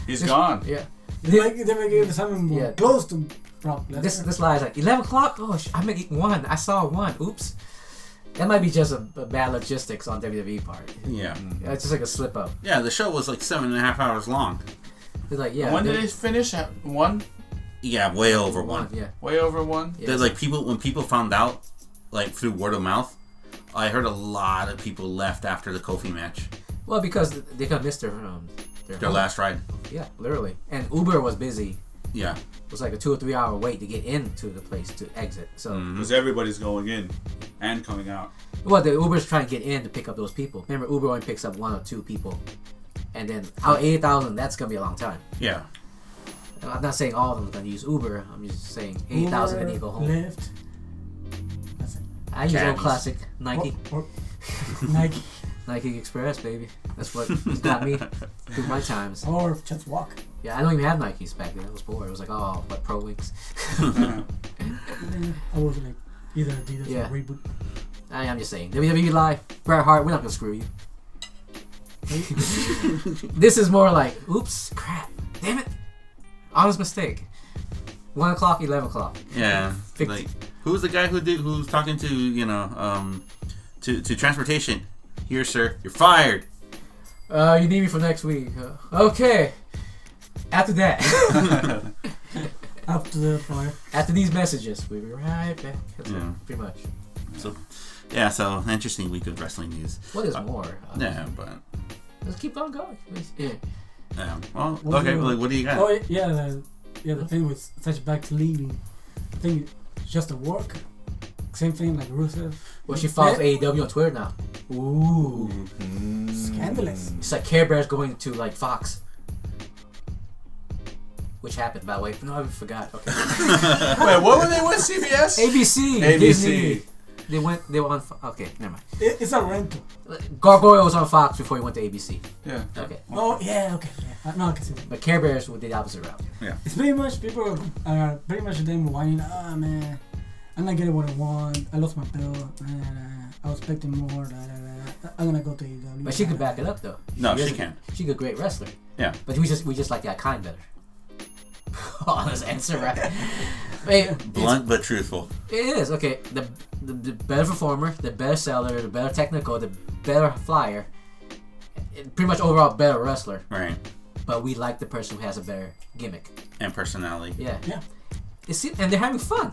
[SPEAKER 4] He's gone.
[SPEAKER 2] Yeah.
[SPEAKER 3] Like they were giving something more
[SPEAKER 2] Yeah.
[SPEAKER 3] close to Brock Lesnar.
[SPEAKER 2] This this lie is like eleven o'clock. Oh, sh- I meant one. I saw one. Oops. That might be just a, a bad logistics on WWE part.
[SPEAKER 1] Yeah.
[SPEAKER 2] It's just like a slip up.
[SPEAKER 1] Yeah, the show was like seven and a half hours long.
[SPEAKER 2] It's like yeah.
[SPEAKER 4] when
[SPEAKER 2] they-
[SPEAKER 4] did it finish? At one?
[SPEAKER 1] Yeah, way over one.
[SPEAKER 2] Yeah.
[SPEAKER 4] Way over one?
[SPEAKER 2] yeah.
[SPEAKER 1] There's like people when people found out, like through word of mouth, I heard a lot of people left after the Kofi match,
[SPEAKER 2] Well, because th- they could miss their um their,
[SPEAKER 1] their last ride.
[SPEAKER 2] yeah literally. And Uber was busy.
[SPEAKER 1] Yeah,
[SPEAKER 2] It was like a two or three hour wait to get into the place to exit. So.
[SPEAKER 4] Because everybody's going in and coming out.
[SPEAKER 2] Well, the Uber's trying to get in to pick up those people. Remember, Uber only picks up one or two people, and then out eight thousand, that's gonna be a long time.
[SPEAKER 1] yeah,
[SPEAKER 2] And I'm not saying all of them are gonna use Uber. I'm just saying eight thousand and you go home.
[SPEAKER 3] Left. That's it.
[SPEAKER 2] I use old
[SPEAKER 1] Cabs.
[SPEAKER 2] classic Nike,
[SPEAKER 3] Or, or Nike.
[SPEAKER 2] Nike Express, baby. That's what got me through my times.
[SPEAKER 3] Or just walk.
[SPEAKER 2] Yeah, I don't even have Nikes back then. I was poor. It was like, oh, what Pro Wings.
[SPEAKER 3] I was like either Adidas
[SPEAKER 2] Yeah.
[SPEAKER 3] or Reboot.
[SPEAKER 2] I, I'm just saying WWE lie. Bret Hart, we're not gonna screw you. this is more like, oops, crap, damn it, honest mistake. One o'clock, eleven o'clock.
[SPEAKER 1] yeah.
[SPEAKER 2] Fix-
[SPEAKER 1] Like, who's the guy who did who's talking to you know um to to transportation? Here, sir, you're fired.
[SPEAKER 2] Uh, you need me for next week. Uh, okay. After that,
[SPEAKER 3] After the fire.
[SPEAKER 2] after these messages, we'll be right back. That's
[SPEAKER 1] Yeah.
[SPEAKER 2] it, pretty much.
[SPEAKER 1] So, yeah. So interesting week of wrestling news.
[SPEAKER 2] What is
[SPEAKER 1] Uh,
[SPEAKER 2] more? Uh,
[SPEAKER 1] Yeah, but
[SPEAKER 2] Let's keep on going. Yeah.
[SPEAKER 1] yeah. Well,
[SPEAKER 3] What do
[SPEAKER 1] okay.
[SPEAKER 3] you-
[SPEAKER 1] Well, what do you got?
[SPEAKER 3] Oh yeah, the, yeah. The thing with such back to leaving, I think it's just the work. Same thing like Rusev.
[SPEAKER 2] Well, she follows
[SPEAKER 3] Yeah.
[SPEAKER 2] AEW on Twitter now. Ooh.
[SPEAKER 3] Scandalous.
[SPEAKER 2] It's like Care Bear's going to like Fox. Which happened, by the way. No, I forgot. Okay.
[SPEAKER 4] Wait, what were they with? CBS?
[SPEAKER 2] ABC.
[SPEAKER 4] ABC.
[SPEAKER 2] Disney. They went. They were on. Fo- Okay, never
[SPEAKER 3] It, it's a rental.
[SPEAKER 2] mind. Gargoyle was on Fox before he went to ABC.
[SPEAKER 4] Yeah.
[SPEAKER 2] Okay,
[SPEAKER 3] Oh yeah, okay. Yeah. Uh, No, I can see that.
[SPEAKER 2] but Care Bears did the opposite route.
[SPEAKER 3] It's pretty much people are pretty much them whining. Ah man, I'm not getting what I want. I lost my bill. Da, da, da. I was expecting more. Da, da, da. da. I'm gonna go to AEW.
[SPEAKER 2] But she could back
[SPEAKER 3] Da,
[SPEAKER 2] it up though.
[SPEAKER 1] No,
[SPEAKER 2] is
[SPEAKER 1] she
[SPEAKER 2] a-
[SPEAKER 1] can.
[SPEAKER 2] She's a great wrestler.
[SPEAKER 1] Yeah.
[SPEAKER 2] But we just we just like the icon better. Honest answer, right? Wait,
[SPEAKER 1] Blunt but truthful.
[SPEAKER 2] it is okay. The, the the better performer, the better seller, the better technical, the better flyer. It- Pretty much overall better wrestler,
[SPEAKER 1] Right.
[SPEAKER 2] but we like the person who has a better gimmick.
[SPEAKER 1] And personality.
[SPEAKER 2] Yeah.
[SPEAKER 3] Yeah.
[SPEAKER 2] It seems, and they're having fun.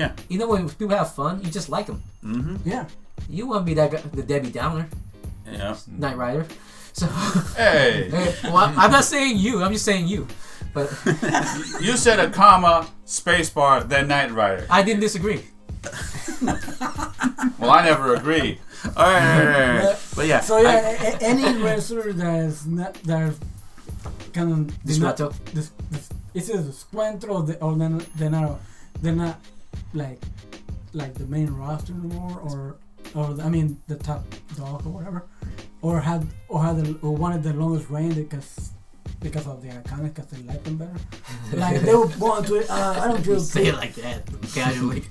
[SPEAKER 1] Yeah.
[SPEAKER 2] You know when people have fun, you just like them.
[SPEAKER 3] da. Yeah.
[SPEAKER 2] You want to be that guy, the Debbie Downer,
[SPEAKER 1] Yeah.
[SPEAKER 2] Knight Rider. So,
[SPEAKER 4] Hey,
[SPEAKER 2] Hey, well, I'm not saying you. I'm just saying you. But
[SPEAKER 4] you said a comma, spacebar, then Knight Rider.
[SPEAKER 2] I didn't disagree.
[SPEAKER 4] Well, I never agree.
[SPEAKER 1] All right, all right, all right, all right. But yeah,
[SPEAKER 3] So yeah, a- a- any wrestler that's not that's kind of
[SPEAKER 2] Disgruntled.
[SPEAKER 3] This, this, it's either disgruntled or, the, or they're, not, they're not they're not like like the main roster anymore or or I mean the top dog or whatever or had or had the, or wanted the longest reign because because of the iconic, because they like them better. like they would go on Twitter. Uh, I don't feel
[SPEAKER 2] Say
[SPEAKER 3] free.
[SPEAKER 2] it like that casually.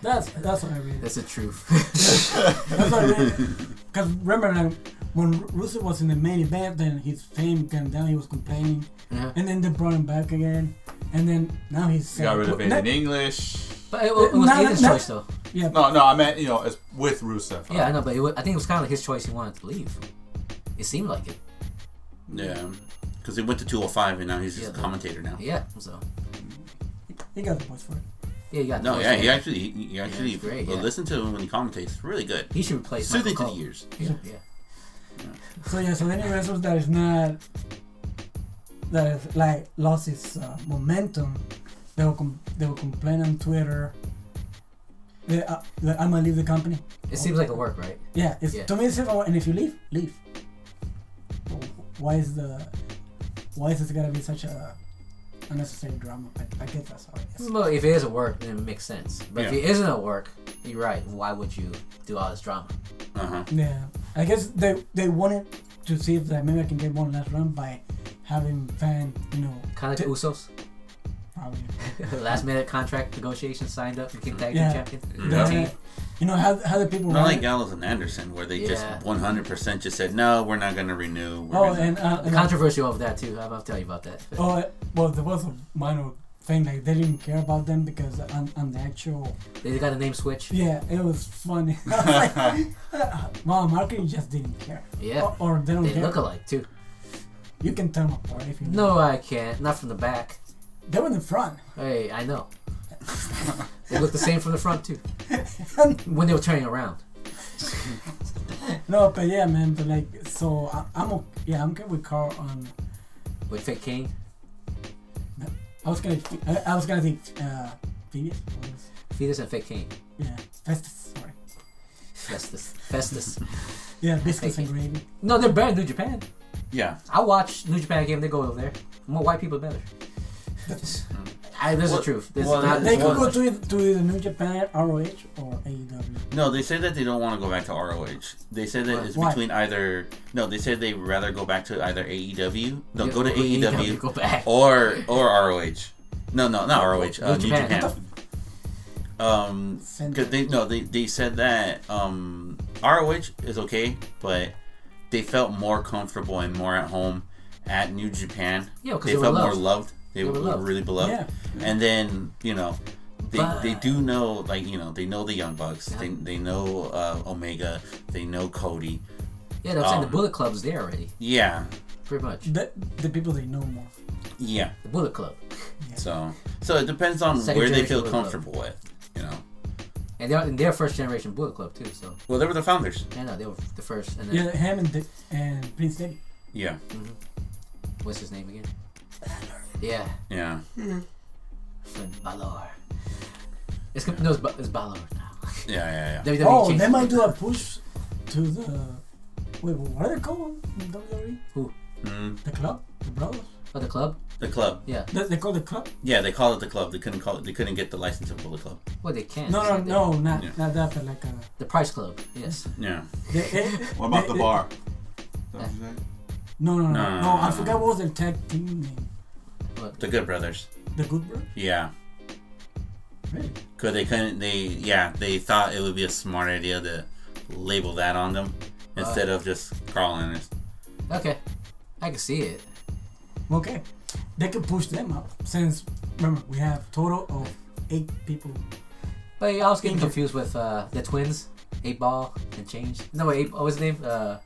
[SPEAKER 3] That's that's what I read.
[SPEAKER 2] That's the truth.
[SPEAKER 3] That's what I read. Because remember like, when Rusev was in the main event, then his fame came down. He was complaining,
[SPEAKER 2] yeah.
[SPEAKER 3] and then they brought him back again, and then now he's
[SPEAKER 4] They got rid of it
[SPEAKER 3] Now-
[SPEAKER 4] in English.
[SPEAKER 2] But it, wa- it was
[SPEAKER 3] Not-
[SPEAKER 2] Ethan's
[SPEAKER 3] not-
[SPEAKER 2] choice, though.
[SPEAKER 3] Yeah,
[SPEAKER 4] No, no, I meant you know as with Rusev.
[SPEAKER 2] Yeah, I know, but it wa I think it was kind of like his choice. He wanted to leave. It seemed like it.
[SPEAKER 1] Yeah. Because he went to 205 and now he's just
[SPEAKER 2] Yeah.
[SPEAKER 1] a commentator now.
[SPEAKER 2] Yeah. So
[SPEAKER 3] he got the points for it.
[SPEAKER 2] yeah, you got
[SPEAKER 1] No,
[SPEAKER 2] the
[SPEAKER 1] yeah,
[SPEAKER 2] choice.
[SPEAKER 1] he actually, he, he actually,
[SPEAKER 2] it's great,
[SPEAKER 1] uh,
[SPEAKER 2] yeah.
[SPEAKER 1] listen to him when he commentates. Really good.
[SPEAKER 2] He should replace Michael
[SPEAKER 1] Soothing to the
[SPEAKER 2] Cole.
[SPEAKER 1] ears.
[SPEAKER 2] Yeah, yeah.
[SPEAKER 3] So yeah, so any wrestlers that is not that is like lost his uh, momentum, they will com- they will complain on Twitter. They, uh, that I'm gonna leave the company.
[SPEAKER 2] It seems like a work, right?
[SPEAKER 3] Yeah, it's,
[SPEAKER 2] Yeah.
[SPEAKER 3] to me it's simple. And if you leave, leave. Why is the why is this gonna be such a unnecessary drama? I, I get that's how it is.
[SPEAKER 2] Well, if it is a work, then it makes sense. But if
[SPEAKER 1] Yeah.
[SPEAKER 2] it isn't a work, you're right. Why would you do all this drama?
[SPEAKER 1] Uh huh.
[SPEAKER 3] Yeah, I guess they they wanted to see if that maybe I can get one last run by having fan, you know,
[SPEAKER 2] Kind of like the Usos,
[SPEAKER 3] probably.
[SPEAKER 2] last minute contract negotiations signed up and King Tag Team
[SPEAKER 3] Yeah.
[SPEAKER 2] Champion.
[SPEAKER 1] Yeah.
[SPEAKER 3] Yeah. You know how how the people
[SPEAKER 1] Not
[SPEAKER 3] run
[SPEAKER 1] like
[SPEAKER 3] it?
[SPEAKER 1] Gallows and Anderson, where they just
[SPEAKER 2] Yeah.
[SPEAKER 1] 100% just said, no, we're not going to renew. We're
[SPEAKER 3] Oh,
[SPEAKER 1] gonna-"
[SPEAKER 3] and, uh,
[SPEAKER 2] The
[SPEAKER 3] and
[SPEAKER 2] controversial of that too. I'm gonna tell you about that.
[SPEAKER 3] oh, uh, well, there was a minor thing like they didn't care about them because on, on the actual
[SPEAKER 2] They got a name switch.
[SPEAKER 3] yeah, it was funny. I was like, wow, marketing just didn't care,
[SPEAKER 2] Yeah,
[SPEAKER 3] or, or they don't
[SPEAKER 2] they
[SPEAKER 3] care.
[SPEAKER 2] look alike too.
[SPEAKER 3] you can tell them apart if you
[SPEAKER 2] No, I can't. Not from the back.
[SPEAKER 3] They were in the front.
[SPEAKER 2] Hey, I know. they look the same from the front too. When they were turning around.
[SPEAKER 3] No, but yeah, man. But like, so I, I'm okay. Yeah, I'm okay with Carl on.
[SPEAKER 2] With fake King,
[SPEAKER 3] I was gonna, I, I was gonna think, uh, Phoebus. what is-
[SPEAKER 2] Fetus and fake King.
[SPEAKER 3] Yeah, Festus. Sorry.
[SPEAKER 2] Festus. Festus.
[SPEAKER 3] Yeah, biscuits and gravy.
[SPEAKER 2] No, they're better than New Japan.
[SPEAKER 1] yeah.
[SPEAKER 2] I watch New Japan game. They go over there. More white people better. I, there's the
[SPEAKER 1] Well-
[SPEAKER 2] truth. There's
[SPEAKER 1] well,
[SPEAKER 2] not,
[SPEAKER 1] That's
[SPEAKER 3] They
[SPEAKER 1] one.
[SPEAKER 3] could go to either, to either New Japan, ROH, or E AEW.
[SPEAKER 1] No, they said that they don't want to go back to ROH. They said that it's
[SPEAKER 3] Why?
[SPEAKER 1] between either. No, they said they'd rather go back to either AEW. No, go to E
[SPEAKER 2] Yeah,
[SPEAKER 1] AEW
[SPEAKER 2] Go back.
[SPEAKER 1] or or ROH. No, no, not ROH. Uh,
[SPEAKER 2] New
[SPEAKER 1] New
[SPEAKER 2] Japan.
[SPEAKER 1] Japan. Um,
[SPEAKER 3] Send
[SPEAKER 1] because
[SPEAKER 3] it.
[SPEAKER 1] they no, they they said that um ROH is okay, but they felt more comfortable and more at home at New Japan.
[SPEAKER 2] Yeah, 'cause
[SPEAKER 1] they,
[SPEAKER 2] they were
[SPEAKER 1] felt
[SPEAKER 2] loved.
[SPEAKER 1] more loved. They,
[SPEAKER 2] They
[SPEAKER 1] were,
[SPEAKER 2] were loved.
[SPEAKER 1] really beloved.
[SPEAKER 3] Yeah.
[SPEAKER 1] And then you know, they
[SPEAKER 2] But-
[SPEAKER 1] they do know like you know they know the Young Bucks. They
[SPEAKER 2] Yeah.
[SPEAKER 1] they know uh, Omega. They know Cody.
[SPEAKER 2] yeah, that's saying the
[SPEAKER 1] um,
[SPEAKER 2] Bullet Club's there already,
[SPEAKER 1] Yeah,
[SPEAKER 2] pretty much.
[SPEAKER 3] The, the people they know more.
[SPEAKER 1] yeah.
[SPEAKER 2] The Bullet Club,
[SPEAKER 1] So so it depends on
[SPEAKER 2] Second
[SPEAKER 1] where they
[SPEAKER 2] generation
[SPEAKER 1] feel
[SPEAKER 2] was loved.
[SPEAKER 1] comfortable with. You know,
[SPEAKER 2] and they're and they're first generation Bullet Club too. So
[SPEAKER 1] well they were the founders.
[SPEAKER 2] yeah, no, they were the first. And then
[SPEAKER 3] Yeah, him and, the, and Prince Daddy.
[SPEAKER 1] Yeah,
[SPEAKER 2] what's his name again? Yeah,
[SPEAKER 1] yeah.
[SPEAKER 2] Finn Balor. It's com- no, it's, ba- it's Balor now.
[SPEAKER 1] Yeah, yeah, yeah.
[SPEAKER 2] WWE
[SPEAKER 3] Oh,
[SPEAKER 2] changed
[SPEAKER 3] they
[SPEAKER 2] it.
[SPEAKER 3] might do a push to the. Wait, what are they called in WWE?
[SPEAKER 2] Who?
[SPEAKER 1] Mm,
[SPEAKER 3] The club? The brothers?
[SPEAKER 2] Oh, the club.
[SPEAKER 1] the club.
[SPEAKER 2] Yeah.
[SPEAKER 3] They, they call the club?
[SPEAKER 1] Yeah, they call it the club. They couldn't call it. They couldn't get the license of Bullet Club.
[SPEAKER 2] Well, they can.
[SPEAKER 3] No,
[SPEAKER 2] It's
[SPEAKER 3] no,
[SPEAKER 2] like
[SPEAKER 3] no, not,
[SPEAKER 1] Yeah.
[SPEAKER 3] not that, but like a.
[SPEAKER 2] The, the Price Club. Yes.
[SPEAKER 1] Yeah.
[SPEAKER 3] They, eh,
[SPEAKER 4] What about
[SPEAKER 3] they-
[SPEAKER 4] the
[SPEAKER 3] they-
[SPEAKER 4] bar? Don't you think?
[SPEAKER 3] No, no, no,
[SPEAKER 1] No,
[SPEAKER 3] no.
[SPEAKER 1] no,
[SPEAKER 3] I
[SPEAKER 1] no,
[SPEAKER 3] forgot what was their tag team name.
[SPEAKER 2] What?
[SPEAKER 1] The Good Brothers.
[SPEAKER 3] The Good Brothers?
[SPEAKER 1] Yeah.
[SPEAKER 3] Really?
[SPEAKER 1] Cause they couldn't. They yeah. They thought it would be a smart idea to label that on them instead of just Carl Anderson.
[SPEAKER 2] Okay. I can see it.
[SPEAKER 3] Okay. They could push them up since, remember, we have total of eight people.
[SPEAKER 2] But I was getting
[SPEAKER 3] Injured.
[SPEAKER 2] confused with uh, the twins, eight ball and change. No, wait, eight, what was his name? Uh,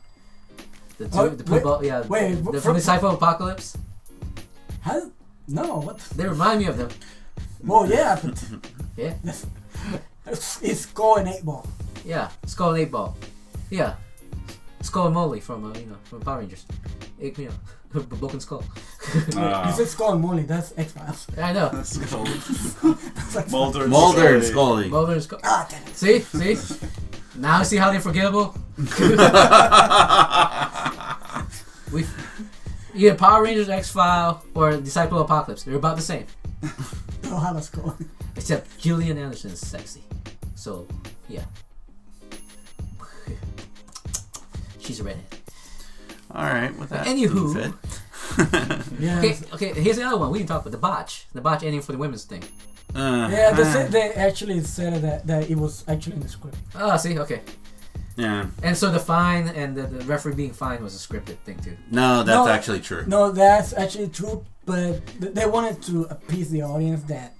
[SPEAKER 2] the two,
[SPEAKER 3] What?
[SPEAKER 2] the blue
[SPEAKER 3] Wait,
[SPEAKER 2] ball. Yeah.
[SPEAKER 3] wait,
[SPEAKER 2] the,
[SPEAKER 3] wh-
[SPEAKER 2] from
[SPEAKER 3] from-
[SPEAKER 2] the Cypher Apocalypse.
[SPEAKER 3] How? No, what? the-
[SPEAKER 2] They remind me of them.
[SPEAKER 3] Well, yeah, but.
[SPEAKER 2] Yeah.
[SPEAKER 3] It's, it's score and eight ball.
[SPEAKER 2] Yeah. Skull and eight ball. Yeah. Skull and Molly from uh, you know from Power Rangers. It, you know, broken skull.
[SPEAKER 3] You said score and Molly, that's X Files.
[SPEAKER 2] I know.
[SPEAKER 4] Mulder. and
[SPEAKER 1] Mulder and
[SPEAKER 4] Scully.
[SPEAKER 1] Scully.
[SPEAKER 2] Mulder and Skull.
[SPEAKER 3] Ah, damn it.
[SPEAKER 2] See, see. Now see how they're forgettable. we, either Power Rangers, X File, or Disciple Apocalypse. They're about the same,
[SPEAKER 3] Don't have a score.
[SPEAKER 2] except Gillian Anderson is sexy. So, yeah. She's a redhead.
[SPEAKER 1] All right. With that.
[SPEAKER 2] Anywho.
[SPEAKER 1] being said,
[SPEAKER 3] Yeah.
[SPEAKER 2] Okay, okay. Here's the other one we didn't talk about the botch, the botch ending for the women's thing.
[SPEAKER 1] Uh,
[SPEAKER 3] Yeah, they
[SPEAKER 1] eh,
[SPEAKER 3] said they actually said that, that it was actually in the script.
[SPEAKER 2] Oh, see, okay.
[SPEAKER 1] yeah.
[SPEAKER 2] And so the fine and the, the referee being fined was a scripted thing too.
[SPEAKER 1] No, that's
[SPEAKER 3] No.
[SPEAKER 1] actually true.
[SPEAKER 3] No, that's actually true, but th- they wanted to appease the audience that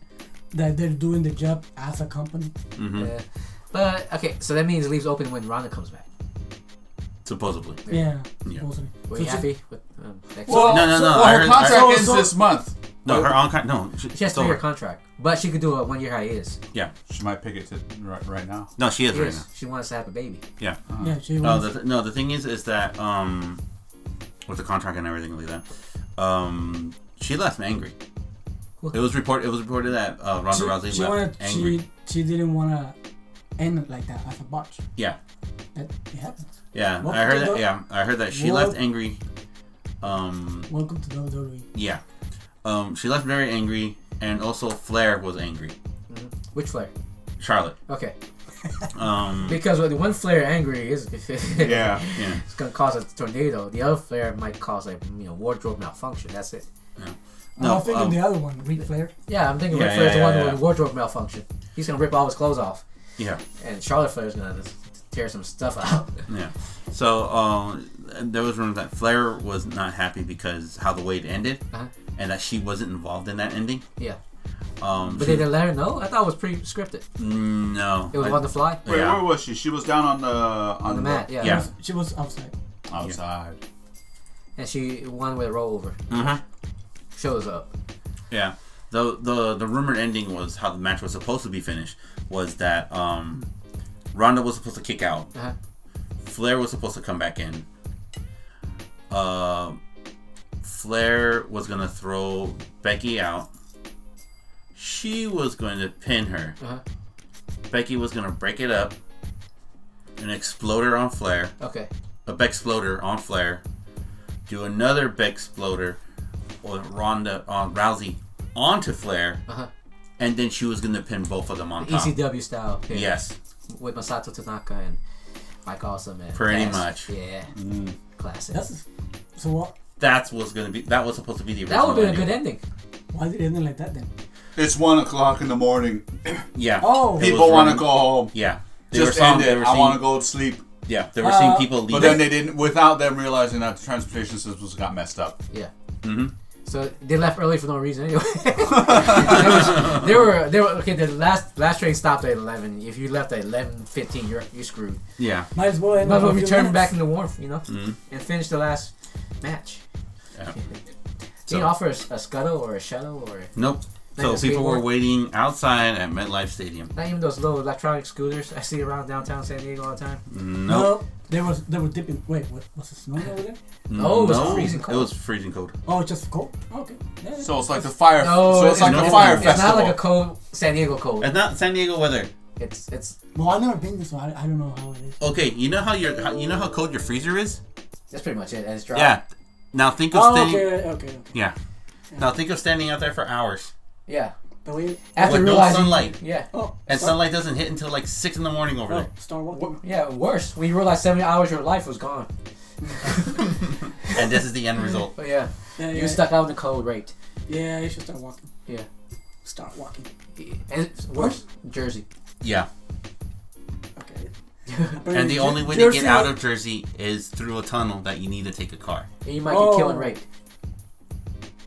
[SPEAKER 3] that they're doing the job as a company.
[SPEAKER 1] hmm
[SPEAKER 2] Yeah. But okay, so that means it leaves open when Ronda comes back.
[SPEAKER 1] Supposedly.
[SPEAKER 3] Yeah.
[SPEAKER 1] Yeah.
[SPEAKER 3] mostly.
[SPEAKER 2] Were
[SPEAKER 3] So
[SPEAKER 2] you
[SPEAKER 3] she-
[SPEAKER 2] happy with um, that?
[SPEAKER 1] Well- No, no, no,
[SPEAKER 4] Well,
[SPEAKER 1] I
[SPEAKER 4] her
[SPEAKER 1] heard-
[SPEAKER 4] contract
[SPEAKER 1] I-
[SPEAKER 4] ends
[SPEAKER 3] so-
[SPEAKER 4] this month.
[SPEAKER 1] No, her on no. She,
[SPEAKER 2] she has
[SPEAKER 1] still
[SPEAKER 2] three-year
[SPEAKER 1] her-
[SPEAKER 2] contract, but she could do a one-year hiatus.
[SPEAKER 1] Yeah.
[SPEAKER 4] She might pick it to, right, right now.
[SPEAKER 1] No, she is
[SPEAKER 2] She,
[SPEAKER 1] right
[SPEAKER 2] is.
[SPEAKER 1] now.
[SPEAKER 2] she wants to have a baby.
[SPEAKER 1] Yeah.
[SPEAKER 3] Yeah, she
[SPEAKER 1] No,
[SPEAKER 3] was.
[SPEAKER 1] Oh, the th- no. The thing is, is that um, with the contract and everything like that, um, she left angry.
[SPEAKER 2] What?
[SPEAKER 1] It was report. It was reported that uh, Ronda
[SPEAKER 3] she,
[SPEAKER 1] Rousey
[SPEAKER 3] she
[SPEAKER 1] left
[SPEAKER 3] wanted
[SPEAKER 1] angry.
[SPEAKER 3] she she didn't wanna end it like that as a botch.
[SPEAKER 1] Yeah,
[SPEAKER 3] That it happens.
[SPEAKER 1] yeah.
[SPEAKER 3] What
[SPEAKER 1] I heard
[SPEAKER 3] the-
[SPEAKER 1] that. Yeah, I heard that she
[SPEAKER 3] What?
[SPEAKER 1] left angry. Um,
[SPEAKER 3] Welcome to E. WWE.
[SPEAKER 1] yeah, um, she left very angry, and also Flair was angry.
[SPEAKER 2] Which Flair?
[SPEAKER 1] Charlotte.
[SPEAKER 2] Okay.
[SPEAKER 1] Um,
[SPEAKER 2] Because with one Flair angry is
[SPEAKER 4] Yeah.
[SPEAKER 1] yeah.
[SPEAKER 2] it's gonna cause a tornado. The other Flair might cause like you know wardrobe malfunction. That's it.
[SPEAKER 1] No,
[SPEAKER 3] I'm thinking
[SPEAKER 1] um,
[SPEAKER 3] the other one, Ric Flair.
[SPEAKER 2] Yeah, I'm thinking
[SPEAKER 1] Yeah,
[SPEAKER 2] Ric
[SPEAKER 1] yeah,
[SPEAKER 2] Flair's the
[SPEAKER 1] yeah,
[SPEAKER 2] one
[SPEAKER 1] yeah.
[SPEAKER 2] with wardrobe malfunction. He's gonna rip all his clothes off,
[SPEAKER 1] Yeah.
[SPEAKER 2] and Charlotte Flair's gonna just tear some stuff out.
[SPEAKER 1] Yeah. So um, there was rumors that Flair was not happy because how the way it ended,
[SPEAKER 2] Uh-huh.
[SPEAKER 1] and that she wasn't involved in that ending.
[SPEAKER 2] yeah,
[SPEAKER 1] Um,
[SPEAKER 2] but
[SPEAKER 1] she-
[SPEAKER 2] they didn't let her know. I thought it was pre-scripted.
[SPEAKER 1] no,
[SPEAKER 2] It was
[SPEAKER 1] I-
[SPEAKER 2] on the fly.
[SPEAKER 4] Wait,
[SPEAKER 1] Yeah.
[SPEAKER 4] where was she? She was down on the on,
[SPEAKER 2] On the mat, yeah.
[SPEAKER 1] Yeah.
[SPEAKER 3] She was outside.
[SPEAKER 4] outside.
[SPEAKER 2] And she won with a rollover.
[SPEAKER 1] Uh-huh.
[SPEAKER 2] Shows up.
[SPEAKER 1] Yeah. The the the rumored ending was how the match was supposed to be finished was that um Ronda was supposed to kick out,
[SPEAKER 2] Uh-huh.
[SPEAKER 1] Flair was supposed to come back in. Uh, Flair was gonna throw Becky out. She was going to pin her.
[SPEAKER 2] Uh-huh.
[SPEAKER 1] Becky was gonna break it up and explode her on Flair.
[SPEAKER 2] Okay.
[SPEAKER 1] a Bexploder on Flair, do another Bexploder on Ronda on Rousey onto Flair,
[SPEAKER 2] Uh-huh.
[SPEAKER 1] and then she was gonna pin both of them on top.
[SPEAKER 2] ECW E style. yeah.
[SPEAKER 1] Yes,
[SPEAKER 2] With Masato Tanaka and Mike Awesome and
[SPEAKER 1] Pretty
[SPEAKER 2] Cass.
[SPEAKER 1] much.
[SPEAKER 2] Yeah. Classic.
[SPEAKER 3] That's so what
[SPEAKER 1] that's what's gonna be. That was supposed to be the
[SPEAKER 2] that
[SPEAKER 1] original.
[SPEAKER 2] would have been a good
[SPEAKER 1] ending.
[SPEAKER 2] ending.
[SPEAKER 3] why did it end like that then?
[SPEAKER 4] It's one o'clock in the morning.
[SPEAKER 1] Yeah.
[SPEAKER 3] Oh.
[SPEAKER 1] They
[SPEAKER 4] People
[SPEAKER 1] was
[SPEAKER 4] want to
[SPEAKER 1] running-
[SPEAKER 4] go home.
[SPEAKER 1] Yeah. They
[SPEAKER 4] Just
[SPEAKER 1] were
[SPEAKER 4] end
[SPEAKER 1] seeing, they
[SPEAKER 4] it.
[SPEAKER 1] were
[SPEAKER 4] I
[SPEAKER 1] seeing,
[SPEAKER 4] want to go to sleep.
[SPEAKER 1] Yeah, they were
[SPEAKER 3] Uh,
[SPEAKER 1] seeing people leaving.
[SPEAKER 4] But then they didn't, without them realizing that the transportation systems got messed up.
[SPEAKER 2] Yeah.
[SPEAKER 1] Mhm.
[SPEAKER 2] So they left early for no reason anyway. they were they were okay. The last last train stopped at eleven. If you left at eleven fifteen, you're you screwed.
[SPEAKER 1] yeah.
[SPEAKER 3] Might as well end
[SPEAKER 2] Might as
[SPEAKER 3] on a
[SPEAKER 2] well
[SPEAKER 3] few
[SPEAKER 2] return
[SPEAKER 3] minutes.
[SPEAKER 2] back in the wharf, you know,
[SPEAKER 1] Mhm.
[SPEAKER 2] and finish the last match.
[SPEAKER 1] Yeah.
[SPEAKER 2] Can you
[SPEAKER 1] So-
[SPEAKER 2] offer a, a scuttle or a shuttle or
[SPEAKER 1] Nope.
[SPEAKER 2] Like
[SPEAKER 1] So
[SPEAKER 2] a
[SPEAKER 1] people were
[SPEAKER 2] skateboard?
[SPEAKER 1] waiting outside at MetLife Stadium.
[SPEAKER 2] not even those little electronic scooters I see around downtown San Diego all the time?
[SPEAKER 1] Nope.
[SPEAKER 3] No, they was they were dipping. Wait, what was it snowing over there?
[SPEAKER 2] No, Oh, it was
[SPEAKER 1] No.
[SPEAKER 2] freezing cold.
[SPEAKER 1] It was freezing cold.
[SPEAKER 3] Oh, just cold. Okay. Yeah.
[SPEAKER 4] So it's like the fire.
[SPEAKER 2] No,
[SPEAKER 4] so Oh, it's like
[SPEAKER 1] no,
[SPEAKER 4] the
[SPEAKER 1] it's
[SPEAKER 4] fire
[SPEAKER 1] not.
[SPEAKER 2] It's
[SPEAKER 4] festival.
[SPEAKER 2] not like a cold San Diego cold.
[SPEAKER 1] It's not San Diego weather.
[SPEAKER 2] It's it's
[SPEAKER 3] well, I've never been there, so I, I don't know how it is.
[SPEAKER 1] Okay, you know how your how, you know how cold your freezer is?
[SPEAKER 2] that's pretty much it. And it's dry.
[SPEAKER 1] Yeah. Now think of
[SPEAKER 3] Oh,
[SPEAKER 1] standing.
[SPEAKER 3] okay, okay, okay.
[SPEAKER 1] Yeah. Now think of standing out there for hours
[SPEAKER 2] yeah.
[SPEAKER 3] The way.
[SPEAKER 2] After
[SPEAKER 1] with no
[SPEAKER 2] realizing,
[SPEAKER 1] sunlight,
[SPEAKER 2] yeah,
[SPEAKER 3] Oh,
[SPEAKER 1] and
[SPEAKER 3] Star,
[SPEAKER 1] sunlight doesn't hit until like six in the morning over
[SPEAKER 3] oh,
[SPEAKER 1] there.
[SPEAKER 3] Star Wars.
[SPEAKER 2] yeah, worse when you realize seventy hours of your life was gone.
[SPEAKER 1] And this is the end result.
[SPEAKER 2] But yeah,
[SPEAKER 3] Yeah,
[SPEAKER 2] you
[SPEAKER 3] yeah,
[SPEAKER 2] were stuck out in the cold, raped.
[SPEAKER 3] Yeah, you should start walking.
[SPEAKER 2] Yeah.
[SPEAKER 3] Start walking.
[SPEAKER 2] And it's worse, Jersey.
[SPEAKER 1] Yeah.
[SPEAKER 3] Okay.
[SPEAKER 1] And the
[SPEAKER 3] Jer-
[SPEAKER 1] only way to
[SPEAKER 3] Jersey-
[SPEAKER 1] get out of Jersey is through a tunnel that you need to take a car.
[SPEAKER 2] And you might
[SPEAKER 3] Oh.
[SPEAKER 2] get killed and raped.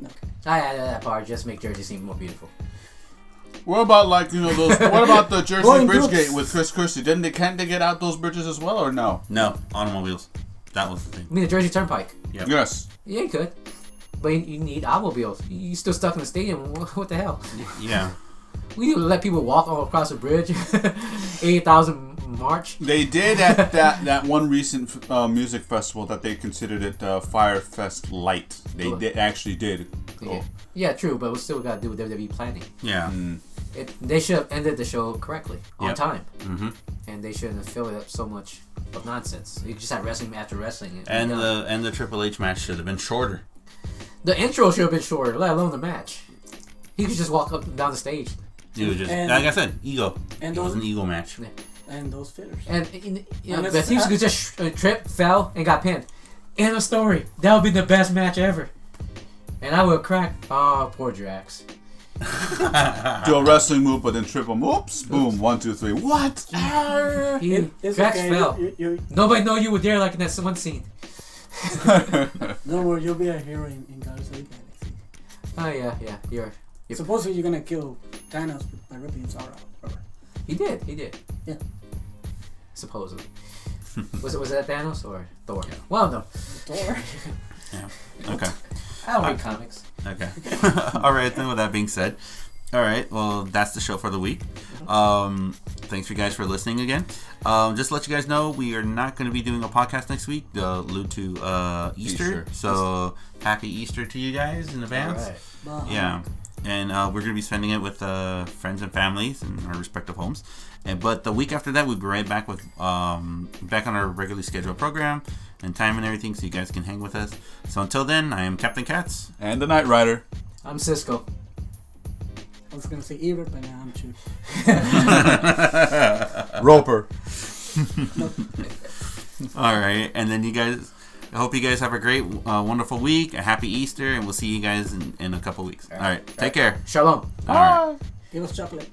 [SPEAKER 3] Okay.
[SPEAKER 2] I added that part just to make Jersey seem more beautiful.
[SPEAKER 4] What about like you know those? What about the Jersey
[SPEAKER 3] Going
[SPEAKER 4] Bridge
[SPEAKER 3] groups.
[SPEAKER 4] Gate with Chris Christie? Didn't they can't they get out those bridges as well or no?
[SPEAKER 1] No, automobiles. That was the thing.
[SPEAKER 2] I mean, the Jersey Turnpike.
[SPEAKER 1] Yep.
[SPEAKER 4] Yes.
[SPEAKER 2] Yeah, you could. But you, you need automobiles. You- You're still stuck in the stadium. Wha- What the hell?
[SPEAKER 1] Yeah.
[SPEAKER 2] We need to let people walk all across the bridge. 80,000 march.
[SPEAKER 4] They did at that, that one recent uh, music festival that they considered it uh, Firefest Light. They
[SPEAKER 2] Cool.
[SPEAKER 4] did, actually did.
[SPEAKER 2] Yeah. yeah, true, but we still got to do WWE planning.
[SPEAKER 1] Yeah.
[SPEAKER 2] It, they should have ended the show correctly, on
[SPEAKER 1] Yep.
[SPEAKER 2] time.
[SPEAKER 1] Mm-hmm.
[SPEAKER 2] And they shouldn't have filled it up so much of nonsense. You just had wrestling after wrestling.
[SPEAKER 1] And
[SPEAKER 2] you know.
[SPEAKER 1] the and the Triple H match should have been shorter.
[SPEAKER 2] The intro should have been shorter, let alone the match. He could just walk up and down the stage.
[SPEAKER 1] It was just
[SPEAKER 3] And-
[SPEAKER 1] like I said, ego.
[SPEAKER 3] and
[SPEAKER 1] it was
[SPEAKER 3] those-
[SPEAKER 1] an ego match.
[SPEAKER 3] And those fitters.
[SPEAKER 2] And in, you know,
[SPEAKER 3] And it's-
[SPEAKER 2] Bethesda could just sh- uh, trip, fell, and got pinned. End of story. That would be the best match ever. and I will crack. Ah, poor Drax.
[SPEAKER 4] Do a wrestling move, but then triple. him. Oops! Boom! One, two, three. What? Arr!
[SPEAKER 2] He,
[SPEAKER 3] It- it's
[SPEAKER 2] Drax
[SPEAKER 3] okay.
[SPEAKER 2] fell.
[SPEAKER 3] You, you, you-
[SPEAKER 2] Nobody know you were there like in that one scene.
[SPEAKER 3] don't worry, you'll be a hero in, in Guardians of the Galaxy.
[SPEAKER 2] Oh yeah, yeah, you're. Yep.
[SPEAKER 3] Supposedly you're gonna kill Thanos with- by ripping his aura out.
[SPEAKER 2] He did. He did.
[SPEAKER 3] Yeah.
[SPEAKER 2] Supposedly. was it was that Thanos or Thor? Well, no,
[SPEAKER 3] Thor.
[SPEAKER 1] Okay.
[SPEAKER 2] I don't read comics.
[SPEAKER 1] Okay. All right, then, with that being said, all right, well, that's the show for the week. Um, thanks, you guys, for listening again. Um, just to let you guys know, we are not going to be doing a podcast next week, uh, due to uh, Easter.
[SPEAKER 4] Easter.
[SPEAKER 1] So, happy Easter to you guys in advance.
[SPEAKER 2] All right.
[SPEAKER 3] But,
[SPEAKER 1] Yeah. And uh, we're going to be spending it with uh, friends and families in our respective homes. And But the week after that, we'll be right back with um, back on our regularly scheduled program and time and everything so you guys can hang with us. So until then, I am Captain Katz.
[SPEAKER 4] And the Knight Rider.
[SPEAKER 2] I'm Cisco.
[SPEAKER 3] I was gonna say Ebert, but now I'm too.
[SPEAKER 4] Roper.
[SPEAKER 1] All right, and then you guys. I hope you guys have a great, uh, wonderful week, a happy Easter, and we'll see you guys in, in a couple weeks. All right, take care.
[SPEAKER 2] Shalom.
[SPEAKER 1] All right.
[SPEAKER 3] Give us chocolate.